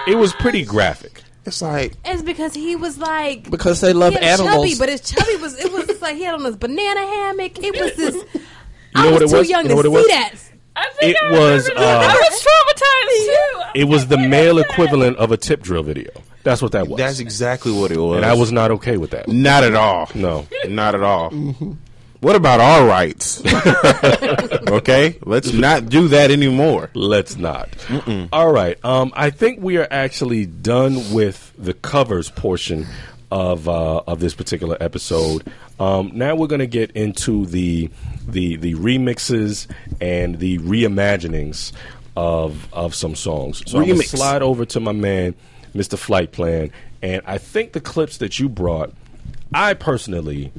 It was pretty graphic. It's like, Oh, It's because he was like Because they love he had a animals. chubby, but his chubby was it was just like he had on this banana hammock. It was this. You I know was what it too was? young to You know what see it was? that. I [LAUGHS] think It I was, remember that. uh, I was traumatized too. It was the male equivalent of a tip drill video. That's what that was. that's exactly what it was. and I was not okay with that. Not at all. No. Not at all. What about our rights? okay, let's not do that anymore. Let's not. All right. Um, I think we are actually done with the covers portion of uh, of this particular episode. Um, now we're going to get into the the the remixes and the reimaginings of of some songs. So I'm gonna Remix. slide over to my man, Mr. Flight Plan, and I think the clips that you brought, I personally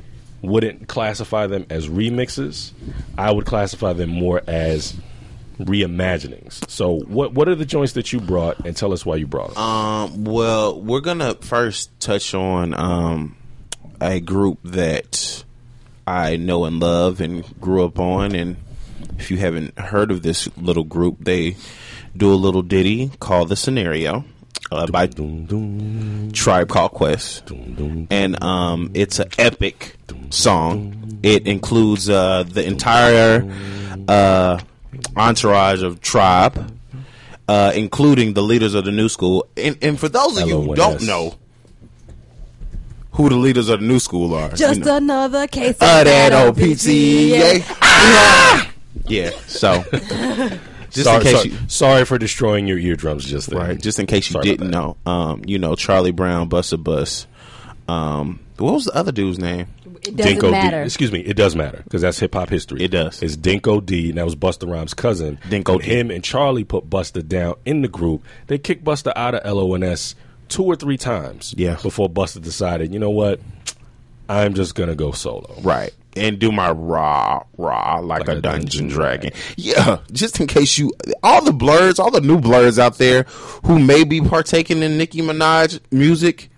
wouldn't classify them as remixes. I would classify them more as reimaginings. So, what what are the joints that you brought, and tell us why you brought them? Um, well, we're gonna first touch on um, a group that I know and love and grew up on. And if you haven't heard of this little group, they do a little ditty called "The Scenario" uh, by Tribe Called Quest, and um, it's an epic song. It includes uh, the entire uh, entourage of Tribe, uh, including the leaders of the new school. And, and for those of you who LOS. don't know who the leaders of the new school are, Just you know, another case of uh, that old PTA. Yeah, so [LAUGHS] just Ah! sorry, in case sorry, you. sorry for destroying your eardrums just there. Right. Just in case you Sorry about didn't know, um, you know Charlie Brown, Busta Bus. Um, what was the other dude's name? It doesn't Dinko D. matter. Excuse me, it does matter because that's hip hop history. It does. It's Dinko D, and that was Busta Rhymes' cousin. Dinko And D. Him and Charlie put Busta down in the group. They kicked Busta out of LONS two or three times Yeah. before Busta decided, you know what? I'm just going to go solo. Right. And do my rah rah like, Like a a dungeon dungeon, dragon. Yeah. Just in case you all the blurs, all the new blurs out there who may be partaking in Nicki Minaj music,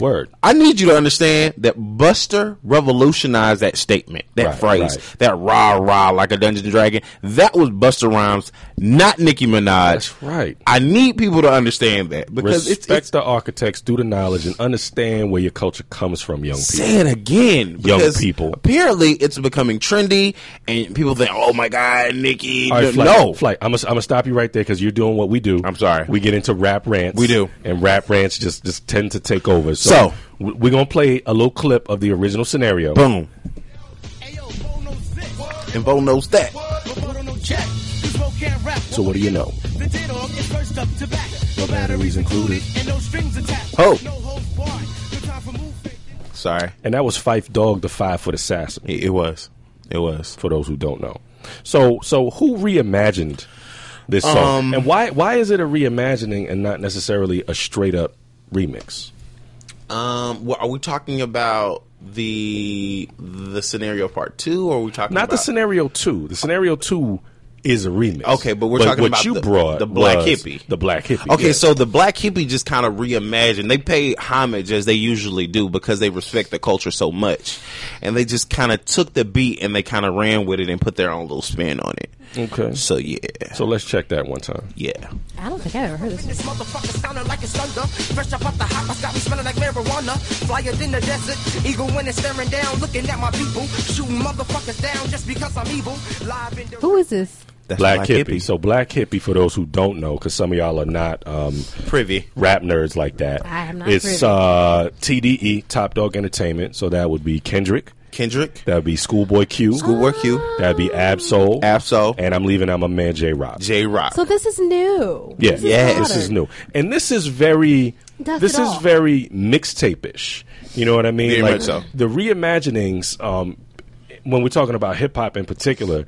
Word. I need you to understand that Buster revolutionized that statement, that Right, phrase, right. that rah rah like a dungeon dragon. That was Buster Rhymes, not Nicki Minaj. That's right. I need people to understand that because Respect it's, it's the architects, do the knowledge, and understand where your culture comes from, young people. Say it again, Young because people. Apparently, it's becoming trendy, and people think, "Oh my God, Nikki!" All right, no, flight, no. flight. I'm gonna I'm gonna stop you right there because you're doing what we do. I'm sorry. We get into rap rants. We do. and rap rants just just tend to take over. So, So- w- we're gonna play a little clip of the original scenario. boom, What? and Bo knows that. So what do you know? The dead dog is first up to back. No batteries included. And no strings attached. Oh. No holds barred. Good time for move faking. Sorry, And that was Fife Dog, the five foot assassin. it, it was, it was. For those who don't know, so so who reimagined this song, Um, and why why is it a reimagining and not necessarily a straight up remix? Um, well, are we talking about the the scenario part two, or are we talking Not the about- scenario two. The scenario two is a remix. Okay, but we're talking what about you the- brought the Black was Hippie. The black hippie. Okay, yeah. so the black hippie just kind of reimagined. They pay homage as they usually do because they respect the culture so much, and they just kind of took the beat and they kind of ran with it and put their own little spin on it. okay. So yeah, So let's check that one time. yeah. I don't think I've ever heard this. This motherfucker sounding like it's thunder. Fresh up out the hot box, got me smelling like marijuana. Flyer than the desert. Eagle when it's staring down, looking at my people. Shooting motherfuckers down just because I'm evil. Live in the Who is this? That's Black, hippie. So black hippie, for those who don't know, because some of y'all are not um, privy. rap nerds like that. I am not It's privy. uh, TDE, Top Dog Entertainment. So that would be Kendrick. Kendrick, That would be Schoolboy Q. Good Work You, That'd be Absol. Absol. And I'm leaving out my man J Rock. J Rock. So this is new. Yeah, This Yeah. modern. This is new, and this is very Does this it is all. very mixtape ish. You know what I mean? Very much so. The reimaginings, um, when we're talking about hip hop in particular,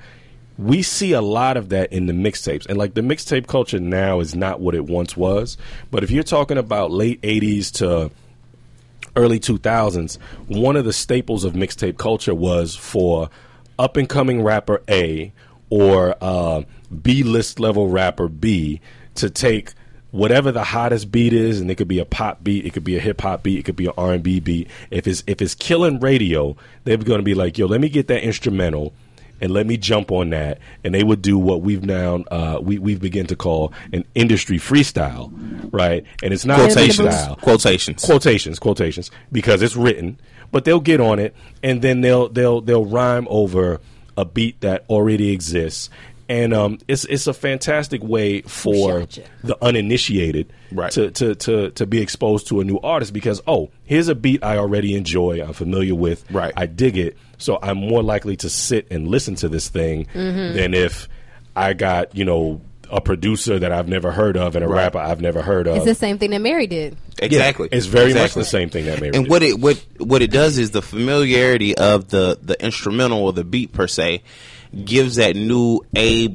we see a lot of that in the mixtapes, and like the mixtape culture now is not what it once was. But if you're talking about late '80s to early 2000s, one of the staples of mixtape culture was for up and coming rapper A or uh, B list level rapper B to take whatever the hottest beat is, and it could be a pop beat, it could be a hip hop beat, it could be an R and B beat. If it's if it's killing radio, they're going to be like, yo, let me get that instrumental. And let me jump on that, and they would do what we've now uh, we we've begun to call an industry freestyle, right? And it's not Quotations. freestyle Quotations. quotations quotations because it's written but they'll get on it and then they'll they'll they'll rhyme over a beat that already exists and um, it's it's a fantastic way for the uninitiated Right. to, to, to, to be exposed to a new artist because oh here's a beat I already enjoy I'm familiar with Right. I dig it so I'm more likely to sit and listen to this thing than if I got you know a producer that I've never heard of and a rapper I've never heard of It's the same thing that Mary did. exactly. it's very Exactly. much the same thing that Mary And did. what it what what it does is the familiarity of the the instrumental or the beat per se gives that new A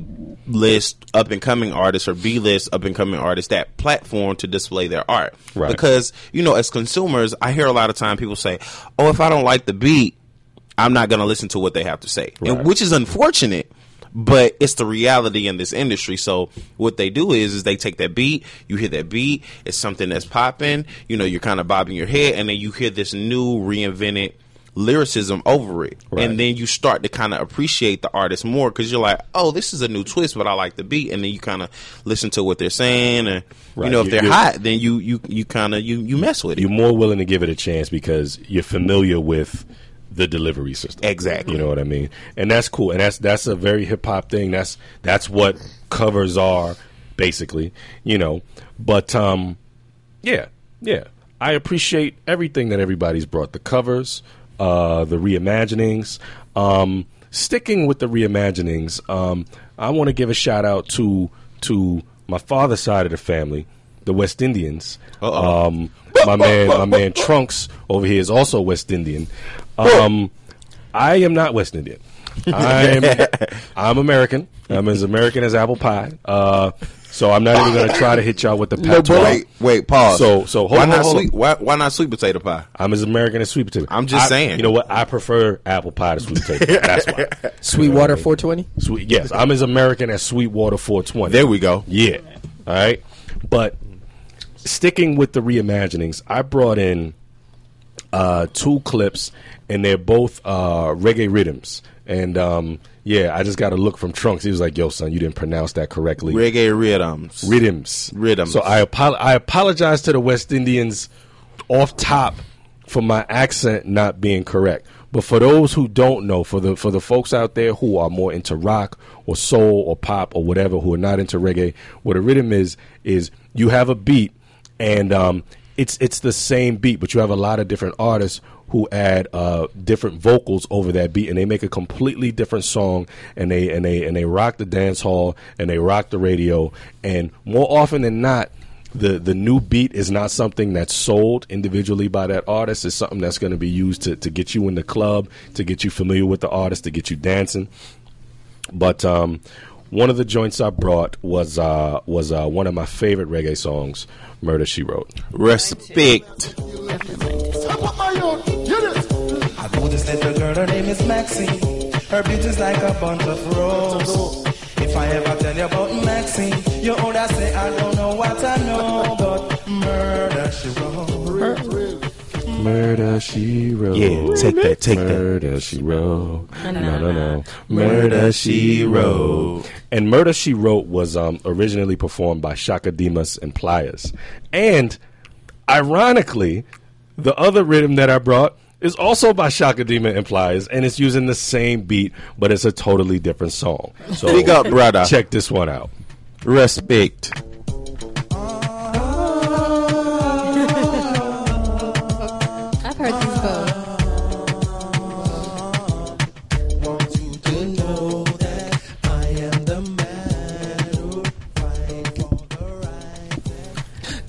list up and coming artist or B list up and coming artist that platform to display their art. Right. Because you know, as consumers, I hear a lot of time people say, "Oh, if I don't like the beat, I'm not going to listen to what they have to say," And Right. which is unfortunate. But it's the reality in this industry. So what they do is, is they take that beat, you hear that beat, it's something that's popping, you know, you're kind of bobbing your head, and then you hear this new reinvented lyricism over it, Right. and then you start to kind of appreciate the artist more because you're like, oh, this is a new twist, but I like the beat, and then you kind of listen to what they're saying, and Right. you know if You- they're you- hot, then you you you kind of you you mess with it. You're more willing to give it a chance because you're familiar with the delivery system. Exactly. You know what I mean? And that's cool. And that's that's a very hip hop thing. That's that's what covers are basically, you know. But um yeah, yeah. I appreciate everything that everybody's brought. The covers, uh the reimaginings. Um sticking with the reimaginings, um I want to give a shout out to to my father's side of the family, the West Indians. Uh-oh. Um my man my man Trunks over here is also West Indian. Um I am not West Indian. I'm [LAUGHS] I'm American. I'm as American as apple pie. Uh, so I'm not even going to try to hit y'all with the patois. wait, wait, pause. So- so hold why on, not hold on. sweet? Why, why not sweet potato pie? I'm as American as sweet potato. I'm just I- saying. You know what? I prefer apple pie to sweet potato. That's why. [LAUGHS] Sweetwater 420. Sweet. Yes, I'm as American as Sweetwater 420. There we go. Yeah. All right. But sticking with the reimaginings, I brought in uh, two clips, and they're both uh, reggae rhythms. And um, yeah, I just got a look from Trunks. He was like, "Yo, son, you didn't pronounce that correctly." Reggae rhythms. rhythms. Rhythms. So I apo- I apologize to the West Indians off top for my accent not being correct. But for those who don't know, for the for the folks out there who are more into rock or soul or pop or whatever who are not into reggae, what a rhythm is is you have a beat and um, it's it's the same beat, but you have a lot of different artists who add uh, different vocals over that beat, and they make a completely different song, and they and they and they rock the dance hall, and they rock the radio, and more often than not. The, the new beat is not something that's sold individually by that artist. It's something that's going to be used to, to get you in the club, to get you familiar with the artist, to get you dancing. But um, one of the joints I brought was uh, was uh, one of my favorite reggae songs, "Murder She Wrote." Respect. I know this little girl, her name is Maxine. Her beauty's like a bunch of roses. If I ever tell you about Maxine, you would I say I don't know what I know, but murder she wrote. Murder she wrote. Yeah, take that, take that. Murder she wrote. No, no, no. Murder She Wrote. And Murder She Wrote was um, originally performed by Shaka Demus and Pliers. And ironically, the other rhythm that I brought is also by Shaka Demus and Pliers, and it's using the same beat, but it's a totally different song. So Big up, brother. check this one out. Respect. I've heard these both.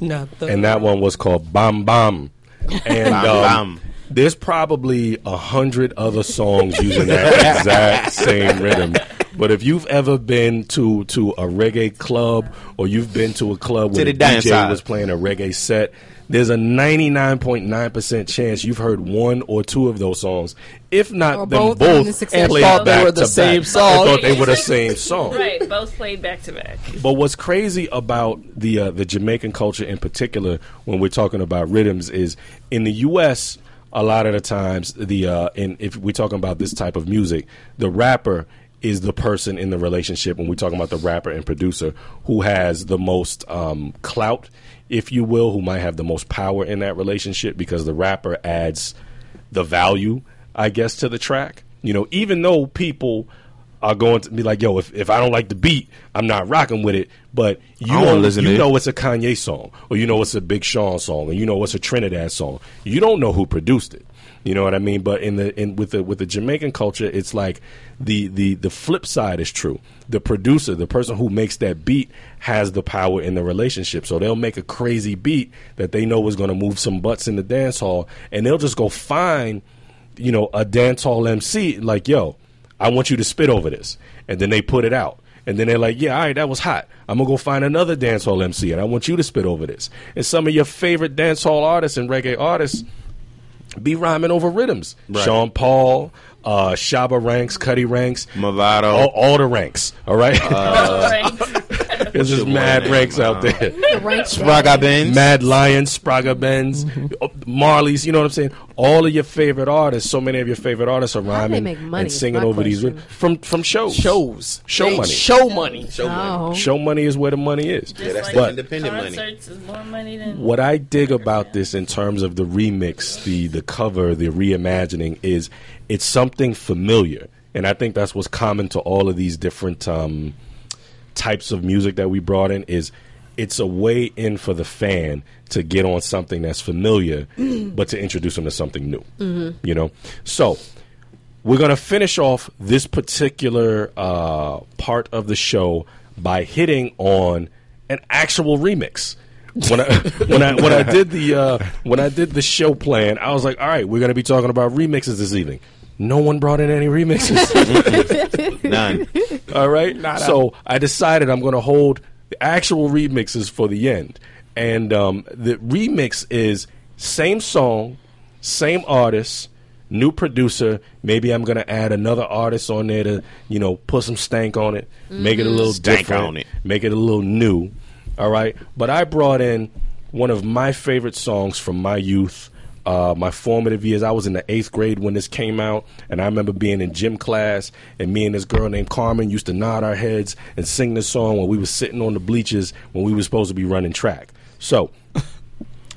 Not the and that one was called Bam Bam. And Bam um, Bam. there's probably a hundred other songs using [LAUGHS] that exact same rhythm. But if you've ever been to to a reggae club or you've been to a club where the the DJ dance hall. was playing a reggae set, there's a 99.9% chance you've heard one or two of those songs, if not Or them both both, in the succession. played And thought they back were the to same back. song. They thought they were the same song. Right, both played back to back. But what's crazy about the uh, the Jamaican culture in particular, when we're talking about rhythms, is in the U.S. A lot of the times, the uh, and if we're talking about this type of music, the rapper is the person in the relationship. When we're talking about the rapper and producer who has the most um, clout, if you will, who might have the most power in that relationship, because the rapper adds the value, I guess, to the track. You know, even though people are going to be like, "Yo, if, if I don't like the beat, I'm not rocking with it." But you wanna don't listen you to it. know it's a Kanye song, or you know it's a Big Sean song, or you know it's a Trinidad song. You don't know who produced it. You know what I mean? But in the in with the with the Jamaican culture, it's like the the the flip side is true. The producer, the person who makes that beat, has the power in the relationship. So they'll make a crazy beat that they know is going to move some butts in the dance hall, and they'll just go find you know, a dance hall MC, like, yo, I want you to spit over this. And then they put it out. And then they're like, yeah, all right, that was hot. I'm going to go find another dance hall MC and I want you to spit over this. And some of your favorite dance hall artists and reggae artists be rhyming over rhythms. Right. Sean Paul, uh, Shaba Ranks, Cuddy Ranks, Movado. Uh, all, all the ranks, all right? All right. [LAUGHS] There's just mad ranks out there. Oh. Spraga Benz. Mad Lion, Spraga Benz, Marley's, you know what I'm saying? All of your favorite artists, so many of your favorite artists are do they rhyming make money and is singing my over question. these from from shows. Shows. Show They- money. Show money. Oh. Show money is where the money is. Just that's the like independent money. concerts is more money than What I dig about this in terms of the remix, the the cover, the reimagining is it's something familiar, and I think that's what's common to all of these different um, types of music that we brought in is it's a way in for the fan to get on something that's familiar, but to introduce them to something new. You know, so we're going to finish off this particular uh, part of the show by hitting on an actual remix. When I [LAUGHS] when I when I did the uh, when I did the show plan, I was like, "All right, we're going to be talking about remixes this evening." No one brought in any remixes. [LAUGHS] None. All right, so I decided I'm going to hold the actual remixes for the end, and um, the remix is same song, same artist, new producer. Maybe I'm going to add another artist on there to you know put some stank on it, make it a little Mm-hmm. Stank different, on it. make it a little new. All right, but I brought in one of my favorite songs from my youth. Uh, my formative years, I was in the eighth grade when this came out, and I remember being in gym class, and me and this girl named Carmen used to nod our heads and sing this song when we was sitting on the bleachers when we was supposed to be running track. So,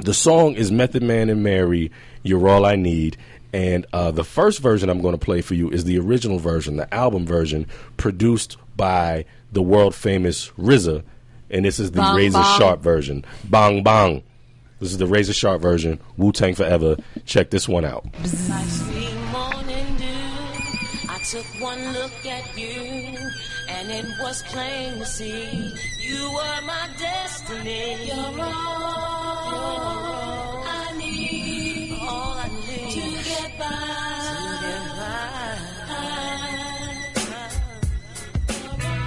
the song is Method Man and Mary, You're All I Need. And uh, the first version I'm going to play for you is the original version, the album version, produced by the world famous RZA. And this is the Bang, Razor bang. Sharp version. Bang, bang. This is the Razor Sharp version. Wu Tang Forever. Check this one out. like sweet morning dew. I took one look at you, and it was plain to see you were my destiny. You're all, I need, all I need to get by. To get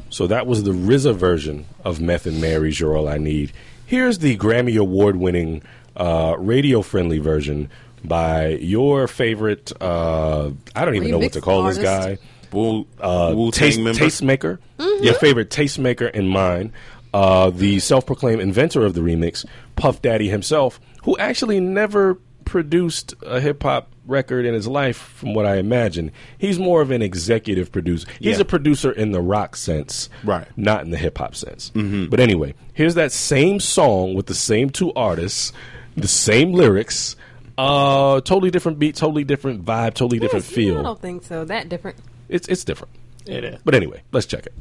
by. So that was the RZA version of Meth and Mary's You're All I Need. Here's the Grammy Award winning uh, radio friendly version by your favorite, uh, I don't even know what Remix to call artist. this guy. [LAUGHS] Wu Uh, Wu taste, Tang member. Tastemaker. Mm-hmm. Your favorite tastemaker and mine. Uh, the self proclaimed inventor of the remix, Puff Daddy himself, who actually never produced a hip hop record in his life, from what I imagine. He's more of an executive producer. He's Yeah. a producer in the rock sense, Right. Mm-hmm. Not in the hip hop sense. But anyway, here's that same song with the same two artists, the same lyrics, uh, totally different beat, totally different vibe, totally different I feel. don't think so. That different. It's it's different. It is. But anyway, let's check it.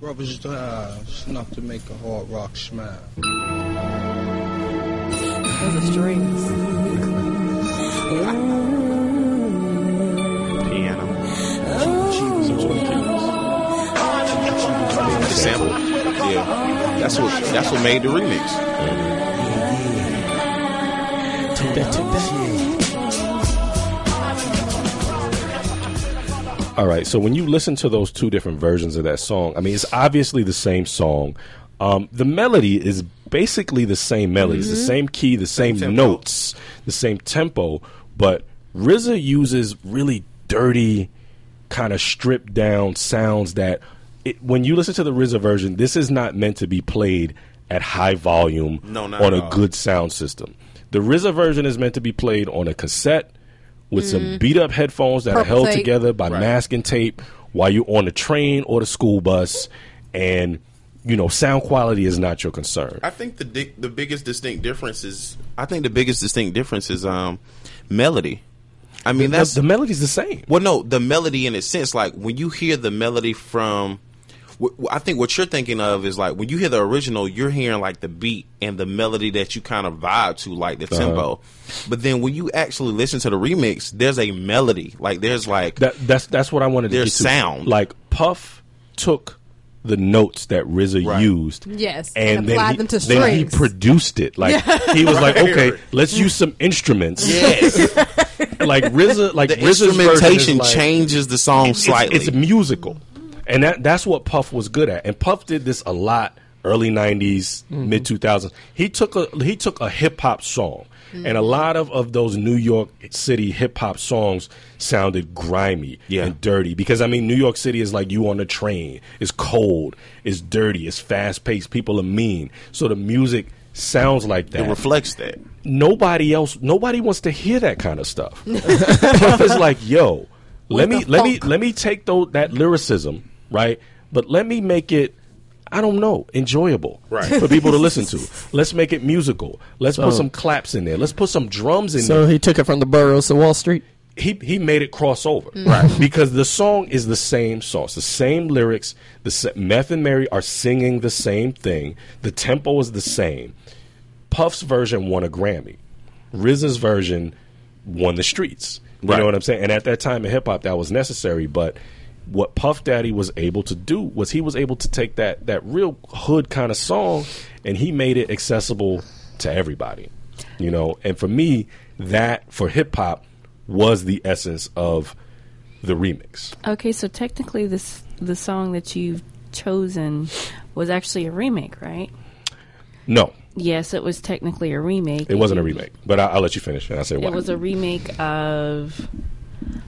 Rubber's dives, uh, enough to make a hard rock smile. Those are strings. Piano. The sample. Yeah. That's what that's what made the remix. Take that, take that. All right. So when you listen to those two different versions of that song, I mean, it's obviously the same song. Um, the melody is basically the same melody, it's the same key, the same, Mm-hmm. tempo. notes, the same tempo. But RZA uses really dirty, kind of stripped down sounds that, it, when you listen to the RZA version, this is not meant to be played at high volume No, not on at a all. good sound system. The RZA version is meant to be played on a cassette with Mm. some beat up headphones that are Purple held tape. together by masking tape while you're on the train or the school bus, and you know sound quality is not your concern. I think the di- the biggest distinct difference is I think the biggest distinct difference is um melody. I mean The, that's the melody's the same. Well, no, the melody in a sense, like when you hear the melody from, wh- wh- I think what you're thinking of is like when you hear the original, you're hearing like the beat and the melody that you kind of vibe to, like the Uh-huh. tempo. But then when you actually listen to the remix, there's a melody, like there's like That, that's that's what I wanted to Their get to. sound. Like Puff took the notes that RZA Right. used, Yes, and, and then, applied he, them to then he strings. produced it. Like he was like, okay, let's use some instruments. yes, [LAUGHS] Like RZA, like the RZA's version is instrumentation like- changes the song it's- slightly. It's, musical, and that that's what Puff was good at. And Puff did this a lot early 90s Mm-hmm. mid 2000s he took a he took a hip hop song Mm-hmm. and a lot of, of those New York City hip hop songs sounded grimy Yeah. and dirty because I mean New York City is like you on the train it's cold it's dirty it's fast paced people are mean so the music sounds like that It reflects that. nobody else nobody wants to hear that kind of stuff puff is like yo let me let me let me take tho- that lyricism right but let me make it i don't know enjoyable Right. for people to listen to let's make it musical let's put some claps in there let's put some drums in So there he took it from the boroughs to Wall Street. he he made it cross over right because the song is the same sauce the same lyrics the sa- meth and mary are singing the same thing the tempo is the same puff's version won a grammy riz's version won the streets you Right. know what i'm saying and at that time in hip-hop that was necessary but what puff daddy was able to do was he was able to take that that real hood kind of song and he made it accessible to everybody you know and for me that for hip-hop was the essence of the remix Okay, so technically, this the song that you've chosen was actually a remake, right? no Yes, it was technically a remake. it wasn't a remake but I, i'll let you finish and i'll say why It was a remake of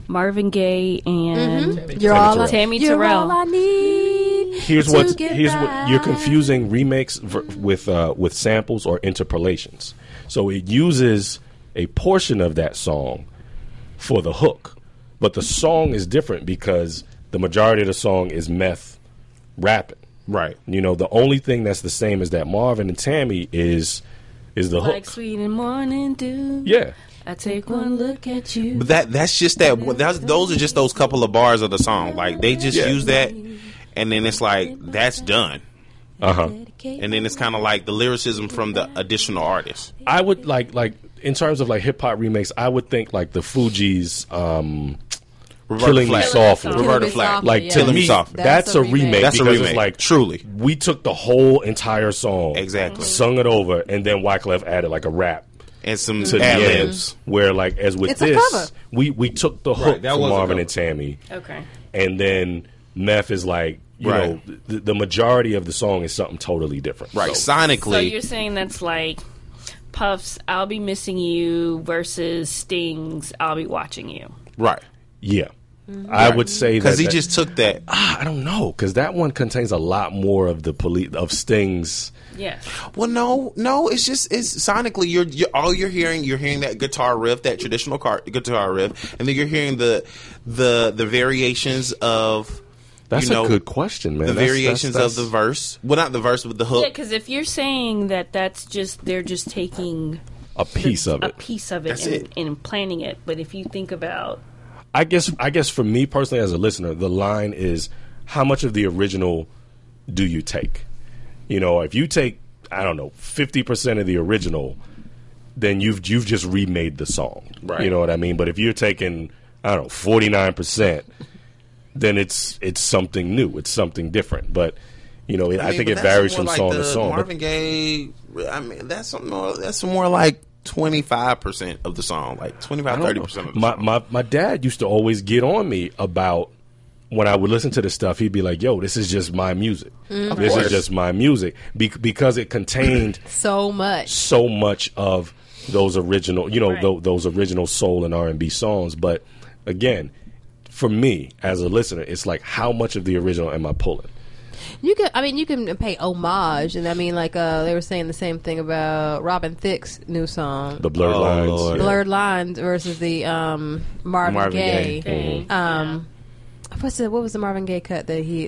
Marvin Gaye and You're all I, Tammy you're all Terrell. I need. here's to what's get here's what by. you're confusing remakes ver- with uh, with samples or interpolations. So it uses a portion of that song for the hook, but the song is different because the majority of the song is meth rapping. Right. You know, the only thing that's the same is that Marvin and Tammy is is the hook. Like sweet and morning dew. Yeah. I take one look at you. But that that's just that. That's, those are just those couple of bars of the song. Like they just Yeah. use that, and then it's like that's done. Uh huh. And then it's kind of like the lyricism from the additional artist. I would like like in terms of like hip hop remakes, I would think like the Fugees um Roberta Killing Me Flack. Softly. Killing Me Roberta Flack. Softly, Like yeah. to Killing me, Me Softly. that's, a remake. That's a because remake. It's like Truly. we took the whole entire song, Exactly. sung it over, and then Wyclef added like a rap And some to the end. ad-libs. Where like as with It's a cover. this, we we took the hook that from was a Marvin cover. and Tammy, Okay. and then Meth is like you Right. know the, the majority of the song is something totally different. Right. So, So Sonically. you're saying that's like Puff's "I'll Be Missing You" versus Sting's "I'll Be Watching You." right. yeah, I would say that Because he that- just took that. Ah, I don't know because that one contains a lot more of the police of Sting's. Yes. Oh. Well, no, no. It's just it's sonically. You're, you're all you're hearing. You're hearing that guitar riff, that traditional car, guitar riff, and then you're hearing the the the variations of. That's you know, a good question, man. The That's- that's- variations that's- of the verse. Well, not the verse, but the hook. Yeah, because if you're saying that that's just they're just taking a piece of a it. piece of it That's and, it. and planning it, but if you think about I guess I guess for me personally as a listener, the line is how much of the original do you take? You know, if you take I don't know, 50% of the original, then you've you've just remade the song. Right. You know what I mean? But if you're taking I don't know, 49%, then it's it's something new, it's something different. But you know, it, I, mean, think but it that's varies more from like song the to song. but- Marvin Gaye. I mean, that's some more. That's some more like twenty five percent of the song. Like 25 30 percent of the my, song. my my dad used to always get on me about when I would listen to this stuff. He'd be like, "Yo, this is just my music. This course. is just my music Be- because it contained so much. so much of those original, you know, Right. tho- those original soul and R and B songs. But again, for me as a listener, it's like how much of the original am I pulling? You can, I mean, you can pay homage, and I mean, like uh, they were saying the same thing about Robin Thicke's new song, The blurred Oh, lines, Lord. Blurred Lines, versus the um, Marvin, Marvin Gaye. Gaye. Mm-hmm. thing, Um, what's the, what was the Marvin Gaye cut that he?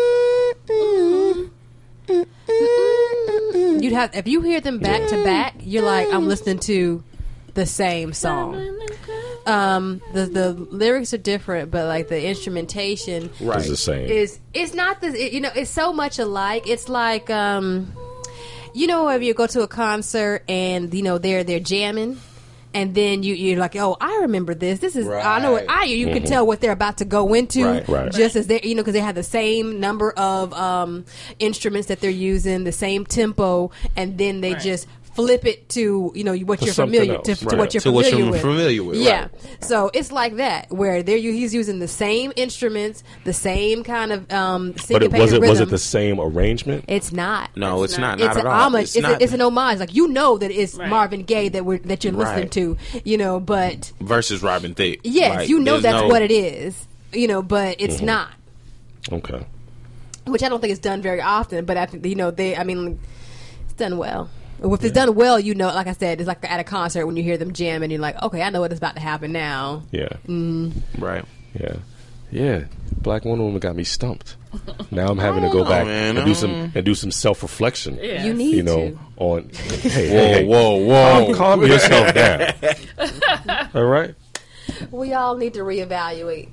[LAUGHS] You'd have if you hear them back to back, you're like, I'm listening to the same song. Um, the the lyrics are different, but like the instrumentation is the same. is it's not this it, you know it's so much alike it's like um you know if you go to a concert and you know they're they're jamming and then you you're like oh I remember this this is I know what I you can tell what they're about to go into Right. Right. just as they you know because they have the same number of um instruments that they're using the same tempo and then they just flip it to you know what To you're something familiar else, to, to right. what you're To what familiar you're with. familiar with, Yeah, right. so it's like that where there you, he's using the same instruments, the same kind of um, But it syncopated was it was rhythm. it the same arrangement? It's not. No, it's not. It's Not an at all. homage. It's, not a, it's an homage. Like you know that it's Right. Marvin Gaye that we're that you're listening Right. to. You know, but versus Robin Thicke. yes, Like, you know there's that's no- Mm-hmm. what it is. You know, but it's not. Okay. Which I don't think is done very often. But I think you know they. I mean, it's done well. If it's done well, you know, like I said, it's like at a concert when you hear them jam and you're like, okay, I know what is about to happen now. Yeah. Right. Yeah. Yeah. Black Wonder Woman got [LAUGHS] me stumped. Now I'm having to go back man. and do some and do some self reflection. Yeah. Oh, You need You know, to. [LAUGHS] on hey, hey, hey. Whoa, whoa, Calm, whoa. calm yourself down. [LAUGHS] All right. We all need to reevaluate.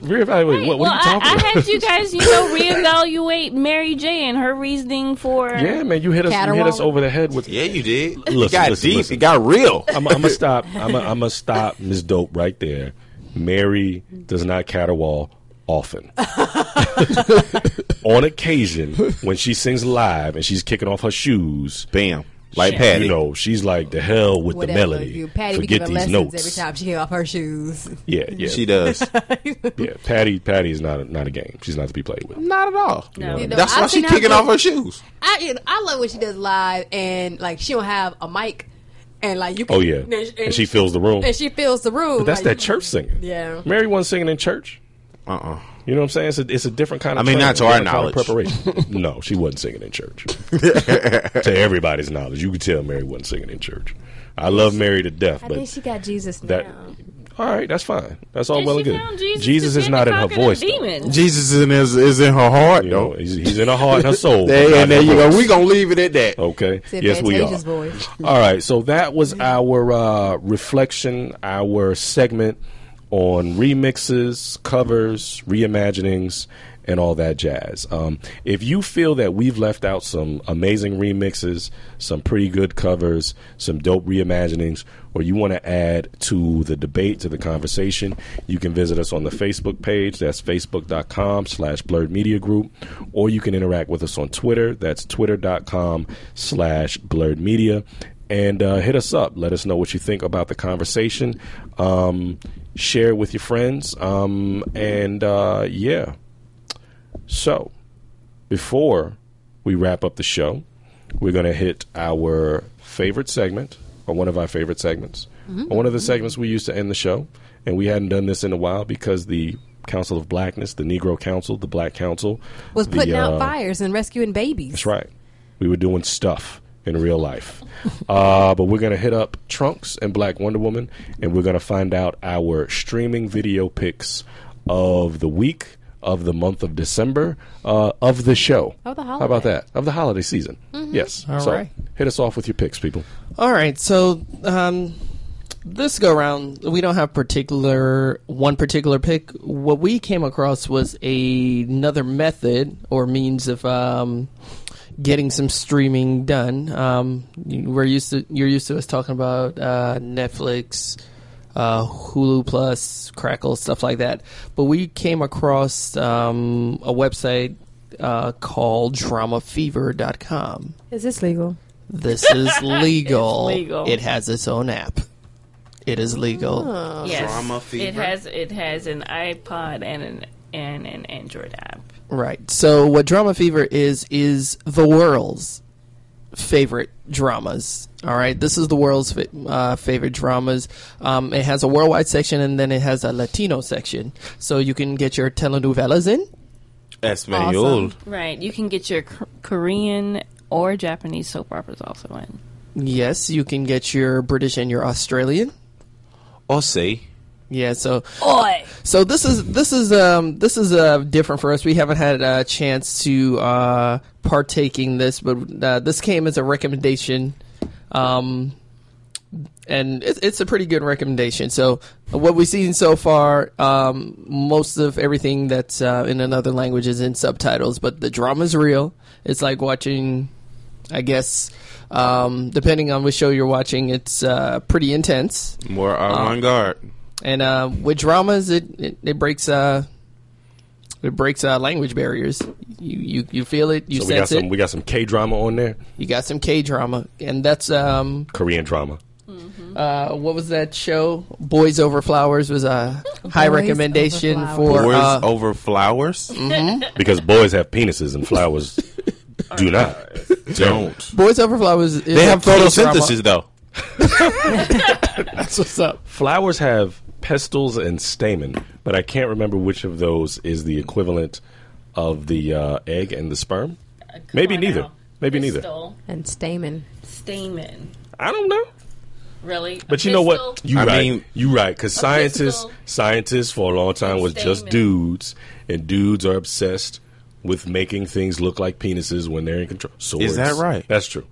Reevaluate. Right. What, what well, are you talking I, about? I had you guys, you know, [LAUGHS] reevaluate Mary J and her reasoning for. yeah, man, you hit us. You hit Caterwaul. us over the head with. yeah, you did. [LAUGHS] Listen, it got listen, deep. listen. It got real. I'm gonna stop. I'm gonna stop Miss Dope right there. Mary does not caterwaul [LAUGHS] often. [LAUGHS] On occasion, when she sings live and she's kicking off her shoes, Bam. Like Shit. Patty. you know, she's like, "The hell with Whatever. the melody. You, Patty, we give Forget her these lessons notes." every time she hear off her shoes. Yeah, yeah, She [LAUGHS] does. yeah. Patty, Patty is not a, not a game. She's not to be played with. Not at all. No. You know, That's I why she think I kicking would- off her shoes. I you know, I love when she does live and like she don't have a mic and like you. Can, Oh yeah, and, and, she fills the room. and she fills the room. But that's like, that church singing. Yeah. Mary wasn't singing in church. Uh uh You know what I'm saying? It's a, it's a different kind of. I mean, training, not to our different kind of knowledge. [LAUGHS] preparation. no, she wasn't singing in church. to everybody's knowledge, you could tell Mary wasn't singing in church. I love Mary to death, I think but she got Jesus that. now. All right, that's fine. That's all And Oh, well she and good. found Jesus, Jesus to is be not the in her conquering voice. though. Demon. Jesus is in, his, is in her heart, You know, he's, he's in her heart and her soul. but There, not and in there her you voice. go. we going to leave it at that. Okay. It's Yes, we are. advantageous, Mm-hmm. boys. All right. So that was our uh, reflection, our segment on remixes, covers, reimaginings, and all that jazz. Um, if you feel that we've left out some amazing remixes, some pretty good covers, some dope reimaginings, or you want to add to the debate, to the conversation, you can visit us on the Facebook page. That's facebook.com slash blurred media group. Or you can interact with us on Twitter. That's twitter.com slash blurred media. And uh, hit us up. Let us know what you think about the conversation. Um, share it with your friends. Um, and uh, yeah. So before we wrap up the show, we're going to hit our favorite segment, or one of our favorite segments, Mm-hmm. or one of the segments we used to end the show. And we hadn't done this in a while because the Council of Blackness, the Negro Council, the Black Council, Was the, putting out uh, fires and rescuing babies. That's right. We were doing stuff in real life. [LAUGHS] uh, but we're going to hit up Trunks and Black Wonder Woman, and we're going to find out our streaming video picks of the week, of the month of December, uh, of the show. Of the How about holiday. Mm-hmm. that? Of the holiday season. Yes. All so right. hit us off with your picks, people. All right, so um, this go round, we don't have particular one particular pick. What we came across was a, another method or means of um, getting some streaming done. Um, you- we're used to you're used to us talking about uh, Netflix, uh, Hulu Plus, Crackle, stuff like that. But we came across um, a website uh, called DramaFever.com. Is this legal? This is legal. It's legal. It has its own app. It is legal. Yes. Drama fever. It has it has an iPod and an and an Android app. Right. So what Drama Fever is is the world's favorite dramas. All right. This is the world's fa- uh, favorite dramas. Um, it has a worldwide section and then it has a Latino section. So you can get your telenovelas in. Espanol. Awesome. Right. You can get your K- Korean or Japanese soap operas also in. Yes, you can get your British and your Australian. Or say. Yeah, so Oi. So this is this is um this is uh different for us. We haven't had a chance to uh partaking this, but uh, this came as a recommendation, um, and it, it's a pretty good recommendation. So what we've seen so far, um, most of everything that's uh, in another language is in subtitles, but the drama's real. It's like watching, I guess, um, depending on which show you're watching, it's uh, pretty intense. More on guard. And uh, with dramas, it, it, it breaks uh, It breaks uh, language barriers. You, you you feel it. You so we got sense some it. we got some K drama on there, you got some K drama, and that's um Korean drama. uh what was that show? Boys Over Flowers was [LAUGHS] a high Boys recommendation Over for Boys uh, over flowers. Because boys have penises and [LAUGHS] flowers do not. Don't. Boys Over Flowers. Is [LAUGHS] They a have K-drama. [LAUGHS] photosynthesis though. That's what's up. Flowers have pestils and stamen, but I can't remember which of those is the equivalent of the uh, egg and the sperm. Maybe neither. Maybe neither. and stamen. Stamen. I don't know. Really? But you know what? You I right. mean- you right. Because scientists, pistol. scientists for a long time was just Stamen. dudes, and dudes are obsessed with making things look like penises when they're in control. Swords. that right? That's true.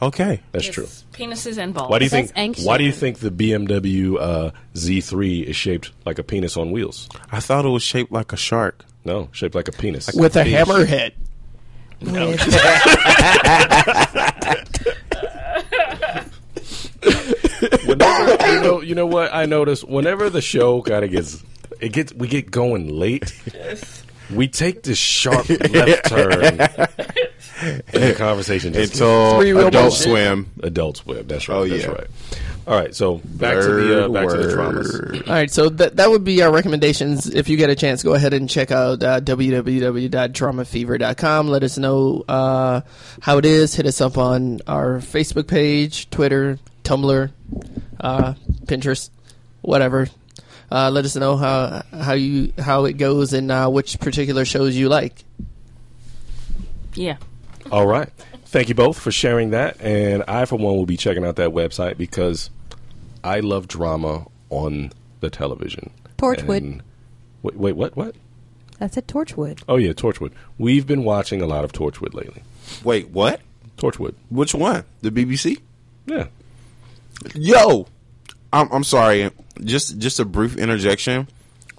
Okay. That's true. Penises and balls. Why do you That's think? ancient. Why do you think the BMW uh, Z3 is shaped like a penis on wheels? I thought it was shaped like a shark. No, shaped like a penis. With a hammerhead. With- Whenever- you know, you know what I noticed? Whenever the show kind of gets, it gets, we get going late. We take this sharp [LAUGHS] left turn. and the conversation just Until Three real Adult bullshit. Swim. Adult Swim. That's right. Oh, that's yeah. right. All right. So back to the uh, Third back to the word. dramas. All right, so that that would be our recommendations. If you get a chance, go ahead and check out uh, www.dramafever.com. Let us know uh, how it is. Hit us up on our Facebook page, Twitter, Tumblr, uh, Pinterest, whatever. Uh, let us know how how you how it goes and uh, which particular shows you like. Yeah. All right. Thank you both for sharing that, and I for one will be checking out that website because I love drama on the television. Torchwood. And- Wait, wait, what? What? That's a Torchwood. Oh yeah, Torchwood. We've been watching a lot of Torchwood lately. Wait, what? Torchwood. Which one? The BBC? Yeah. Yo, I'm, I'm sorry. Just just a brief interjection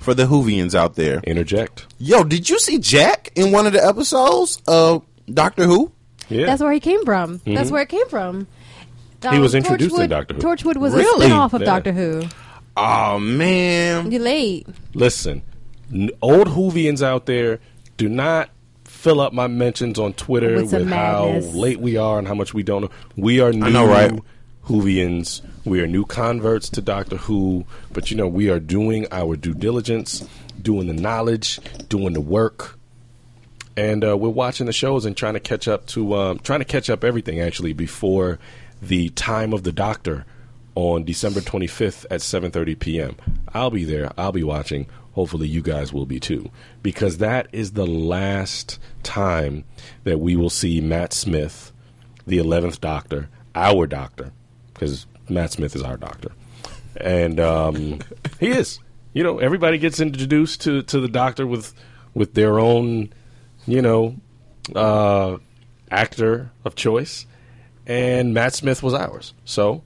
for the Hoovians out there. Interject. Yo, did you see Jack in one of the episodes of Doctor Who? Yeah. Mm-hmm. That's where he came from. That's where it came from. Um, was introduced in Torchwood- Doctor Who. Torchwood was Really? a spinoff of Yeah. Doctor Who. Oh man, You late? Listen, n- old Hoovians out there, do not fill up my mentions on Twitter With with, some how madness. late we are and how much we don't know. We are new know, right? Hoovians. We are new converts to Doctor Who, but you know, we are doing our due diligence, doing the knowledge, doing the work. And uh, we're watching the shows and trying to catch up to um, trying to catch up everything actually before the time of the Doctor on December 25th at 7:30 p.m. I'll be there. I'll be watching. Hopefully, you guys will be too, because that is the last time that we will see Matt Smith, the 11th Doctor, our Doctor, because Matt Smith is our Doctor, and um, he is. You know, everybody gets introduced to, to the Doctor with with their own, you know, uh, actor of choice, and Matt Smith was ours. So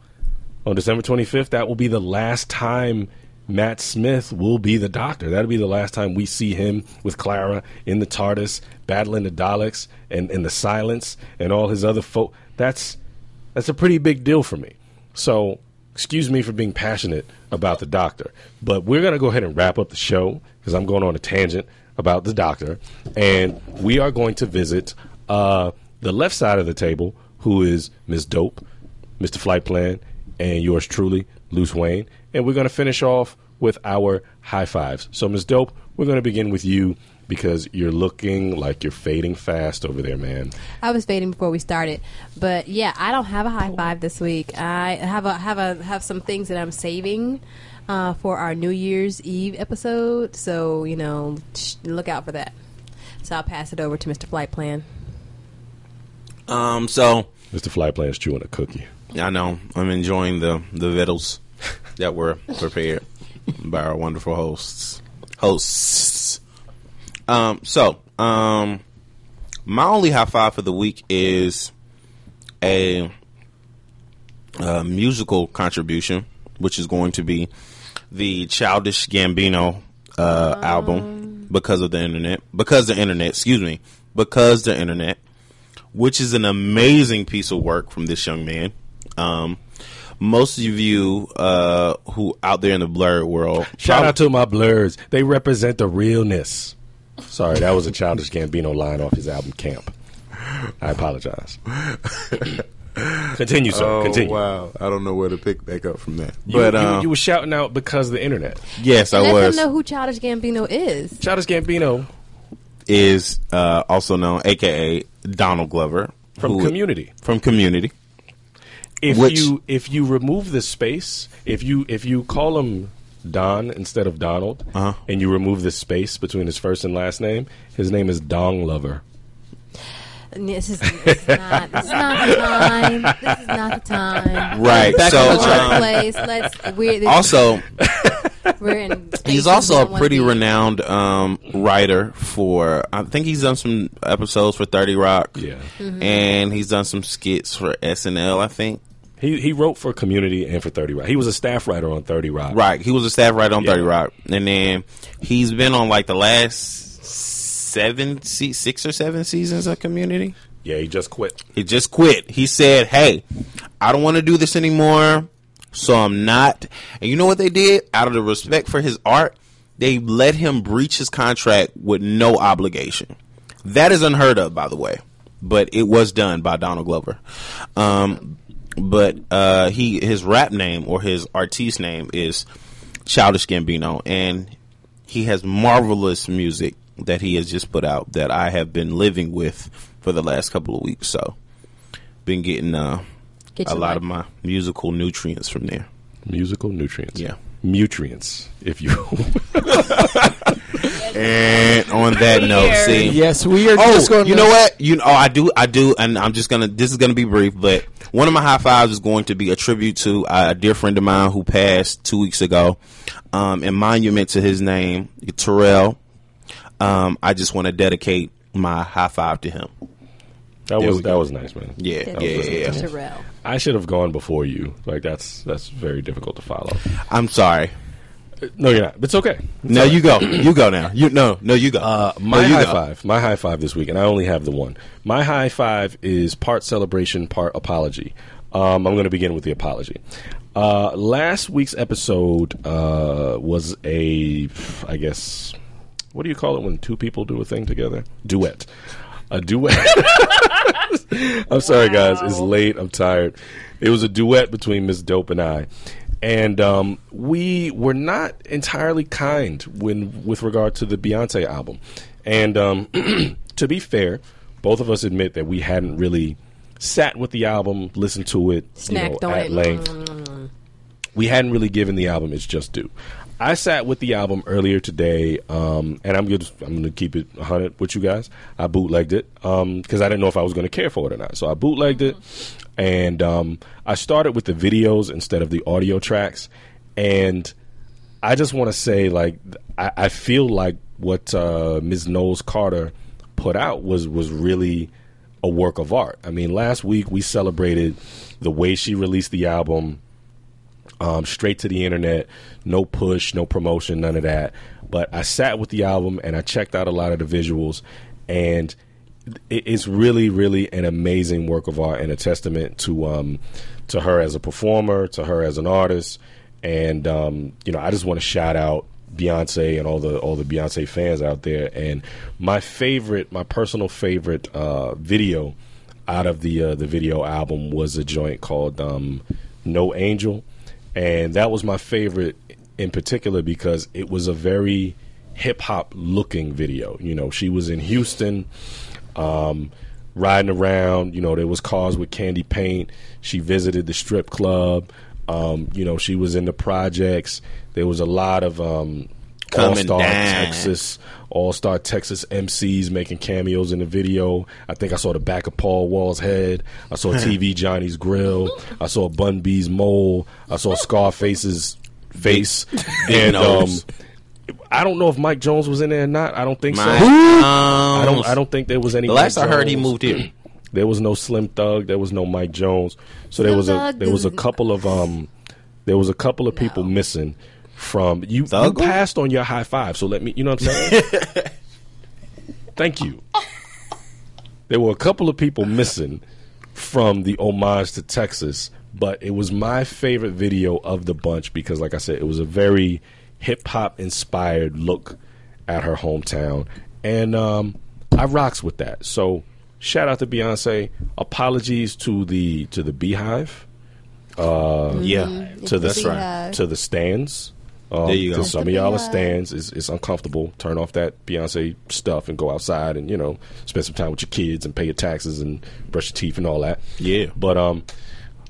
on December 25th, that will be the last time Matt Smith will be the doctor. That'll be the last time we see him with Clara in the TARDIS, battling the Daleks and, and the silence and all his other folk. That's that's a pretty big deal for me. So excuse me for being passionate about the doctor. But we're gonna go ahead and wrap up the show because I'm going on a tangent about the doctor. And we are going to visit uh, the left side of the table, who is Miss Dope, Mr. Flight Plan, and yours truly, Luce Wayne. And we're going to finish off with our high fives. So, Ms. Dope, we're going to begin with you because you're looking like you're fading fast over there, man. I was fading before we started, but yeah, I don't have a high five this week. I have a have a have some things that I'm saving uh, for our New Year's Eve episode, so you know, sh- look out for that. So I'll pass it over to Mr. Flight Plan. Um, so Mr. Flight Plan's chewing a cookie. I know I'm enjoying the the vittles that were prepared by our wonderful hosts. Hosts. Um, so um, my only high five for the week is a, uh musical contribution, which is going to be the Childish Gambino uh, album because of the internet. Because the internet, excuse me, because the internet which is an amazing piece of work from this young man. Um, most of you uh, who out there in the blurred world, Shout out to my blurs. They represent the realness. Sorry, that was a childish Gambino line off his album Camp. I apologize. Continue, sir. oh Continue. wow! I don't know where to pick back up from that. You, but you- um, you were shouting out because of the internet. yes, I Let was. them know who Childish Gambino is. Childish Gambino is uh, also known, aka Donald Glover from who- Community. From Community. If Which- you if you remove the space, if you if you call him Don instead of Donald, Uh-huh. and you remove the space between his first and last name, his name is Dong Lover. This is, it's not, this is not the time. This is not the time. Right. Back so on the track. um, Workplace. Let's. We're, this, also, we're in he's spaces we also a don't wanna pretty be. renowned um, writer for. I think he's done some episodes for Thirty Rock. Yeah. and he's done some skits for SNL. I think. He he wrote for Community and for Thirty Rock. He was a staff writer on Thirty Rock. Right. He was a staff writer on Yeah. 30 Rock. And then he's been on like the last seven, se- six or seven seasons of Community. Yeah, he just quit. He just quit. He said, hey, I don't want to do this anymore. So I'm not. And you know what they did? Out of the respect for his art, they let him breach his contract with no obligation. That is unheard of, by the way. But it was done by Donald Glover. Um, but uh, he his rap name or his artiste name is Childish Gambino, and he has marvelous music that he has just put out that I have been living with for the last couple of weeks. So, been getting uh, Get a your lot life. of my musical nutrients from there. Musical nutrients. Yeah. Nutrients, if you [LAUGHS] will. And on that note, Here. see, Yes, we are Oh, just going. you to- know what? You know, oh, I do, I do, and I'm just gonna. This is gonna be brief, but one of my high fives is going to be a tribute to uh, a dear friend of mine who passed two weeks ago, um, in monument to his name, Terrell. Um, I just want to dedicate my high five to him. That There was we that go. was nice, man. Yeah, That yeah, was yeah. yeah. Terrell. I should have gone before you. Like that's that's very difficult to follow. I'm sorry. No, you're not. It's okay. No, you go. You go now. You no, no, you go. Uh, my no, you high go. five. My high five this week, and I only have the one. My high five is part celebration, part apology. Um, I'm going to begin with the apology. Uh, last week's episode uh, was a, I guess, what do you call it when two people do a thing together? Duet. A duet. [LAUGHS] I'm sorry, guys. It's late. I'm tired. It was a duet between Miss Dope and I, and um, we were not entirely kind when with regard to the Beyonce album. And um, [CLEARS THROAT] to be fair, both of us admit that we hadn't really sat with the album, listened to it, Snacked you know, on at it. length we hadn't really given the album its just due. I sat with the album earlier today, um, and I'm gonna I'm gonna keep it 100 with you guys. I bootlegged it because I didn't know if I was gonna care for it or not. So I bootlegged it, and um, I started with the videos instead of the audio tracks. And I just want to say, like, I, I feel like what uh, Ms. Knowles Carter put out was was really a work of art. I mean, last week we celebrated the way she released the album um, straight to the internet, no push, no promotion, none of that. But I sat with the album and I checked out a lot of the visuals, and it, it's really, really an amazing work of art and a testament to um, to her as a performer, to her as an artist, and um, you know I just want to shout out Beyonce and all the all the Beyonce fans out there. And my favorite, my personal favorite uh, video out of the uh, the video album was a joint called um, No Angel, and that was my favorite in particular because it was a very hip hop looking video. You know, she was in Houston, um, riding around. You know, there was cars with candy paint. She visited the strip club. Um, you know, she was in the projects. There was a lot of um, all Coming star down. Texas. All Star Texas MCs making cameos in the video. I think I saw the back of Paul Wall's head. I [LAUGHS] saw TV Johnny's grill. I saw Bun B's mole. I saw Scarface's [LAUGHS] face. And um, nose. I don't know if Mike Jones was in there or not. I don't think My, so. um, I don't. I don't think there was any. The last Mike I heard, he Jones. moved here. There was no Slim Thug. There was no Mike Jones. So there Slim was a Thug there was a didn't- couple of um there was a couple of people No. missing from you. You Thuggle? passed on your high five. So let me. You know what I'm saying? Thank you. There were a couple of people missing from the homage to Texas, but it was my favorite video of the bunch because, like I said, it was a very hip hop inspired look at her hometown. and um, I rocks with that. So shout out to Beyonce. Apologies to the to the Beehive. Uh, Yeah. to the That's right. to the stands. Um, There you go. 'cause That's Some of y'all are stands. It's, it's uncomfortable. Turn off that Beyonce stuff and go outside and you know spend some time with your kids and pay your taxes and brush your teeth and all that. Yeah. But um,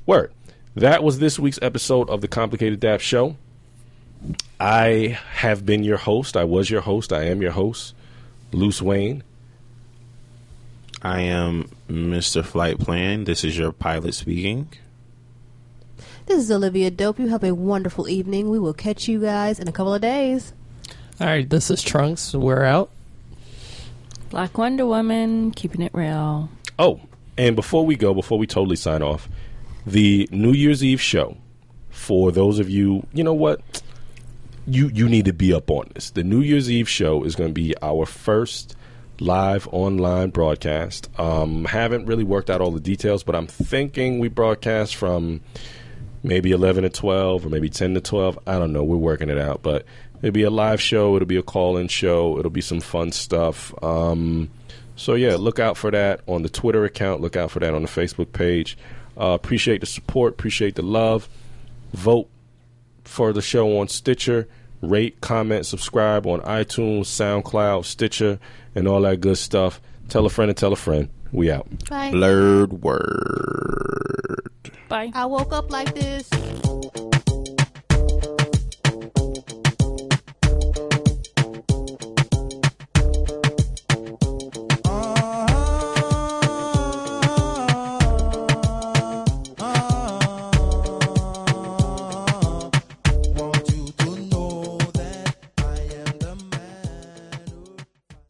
word. That was this week's episode of the Complicated Dap Show. I have been your host. I was your host. I am your host, Luce Wayne. I am Mr. Flight Plan. This is your pilot speaking. This is Olivia Dope. You have a wonderful evening. We will catch you guys in a couple of days. All right, this is Trunks. We're out. Black Wonder Woman, keeping it real. Oh, and before we go, before we totally sign off, the New Year's Eve show for those of you, you know what? You you need to be up on this. The New Year's Eve show is going to be our first live online broadcast. Um haven't really worked out all the details, but I'm thinking we broadcast from maybe 11 to 12 or maybe 10 to 12 i don't know we're working it out but it'll be a live show it'll be a call-in show it'll be some fun stuff um, so yeah look out for that on the twitter account look out for that on the facebook page uh, appreciate the support appreciate the love vote for the show on Stitcher. Rate, comment, subscribe on iTunes, SoundCloud, Stitcher, and all that good stuff. Tell a friend and tell a friend. We out. Bye. Blurred word. Bye. I woke up like this.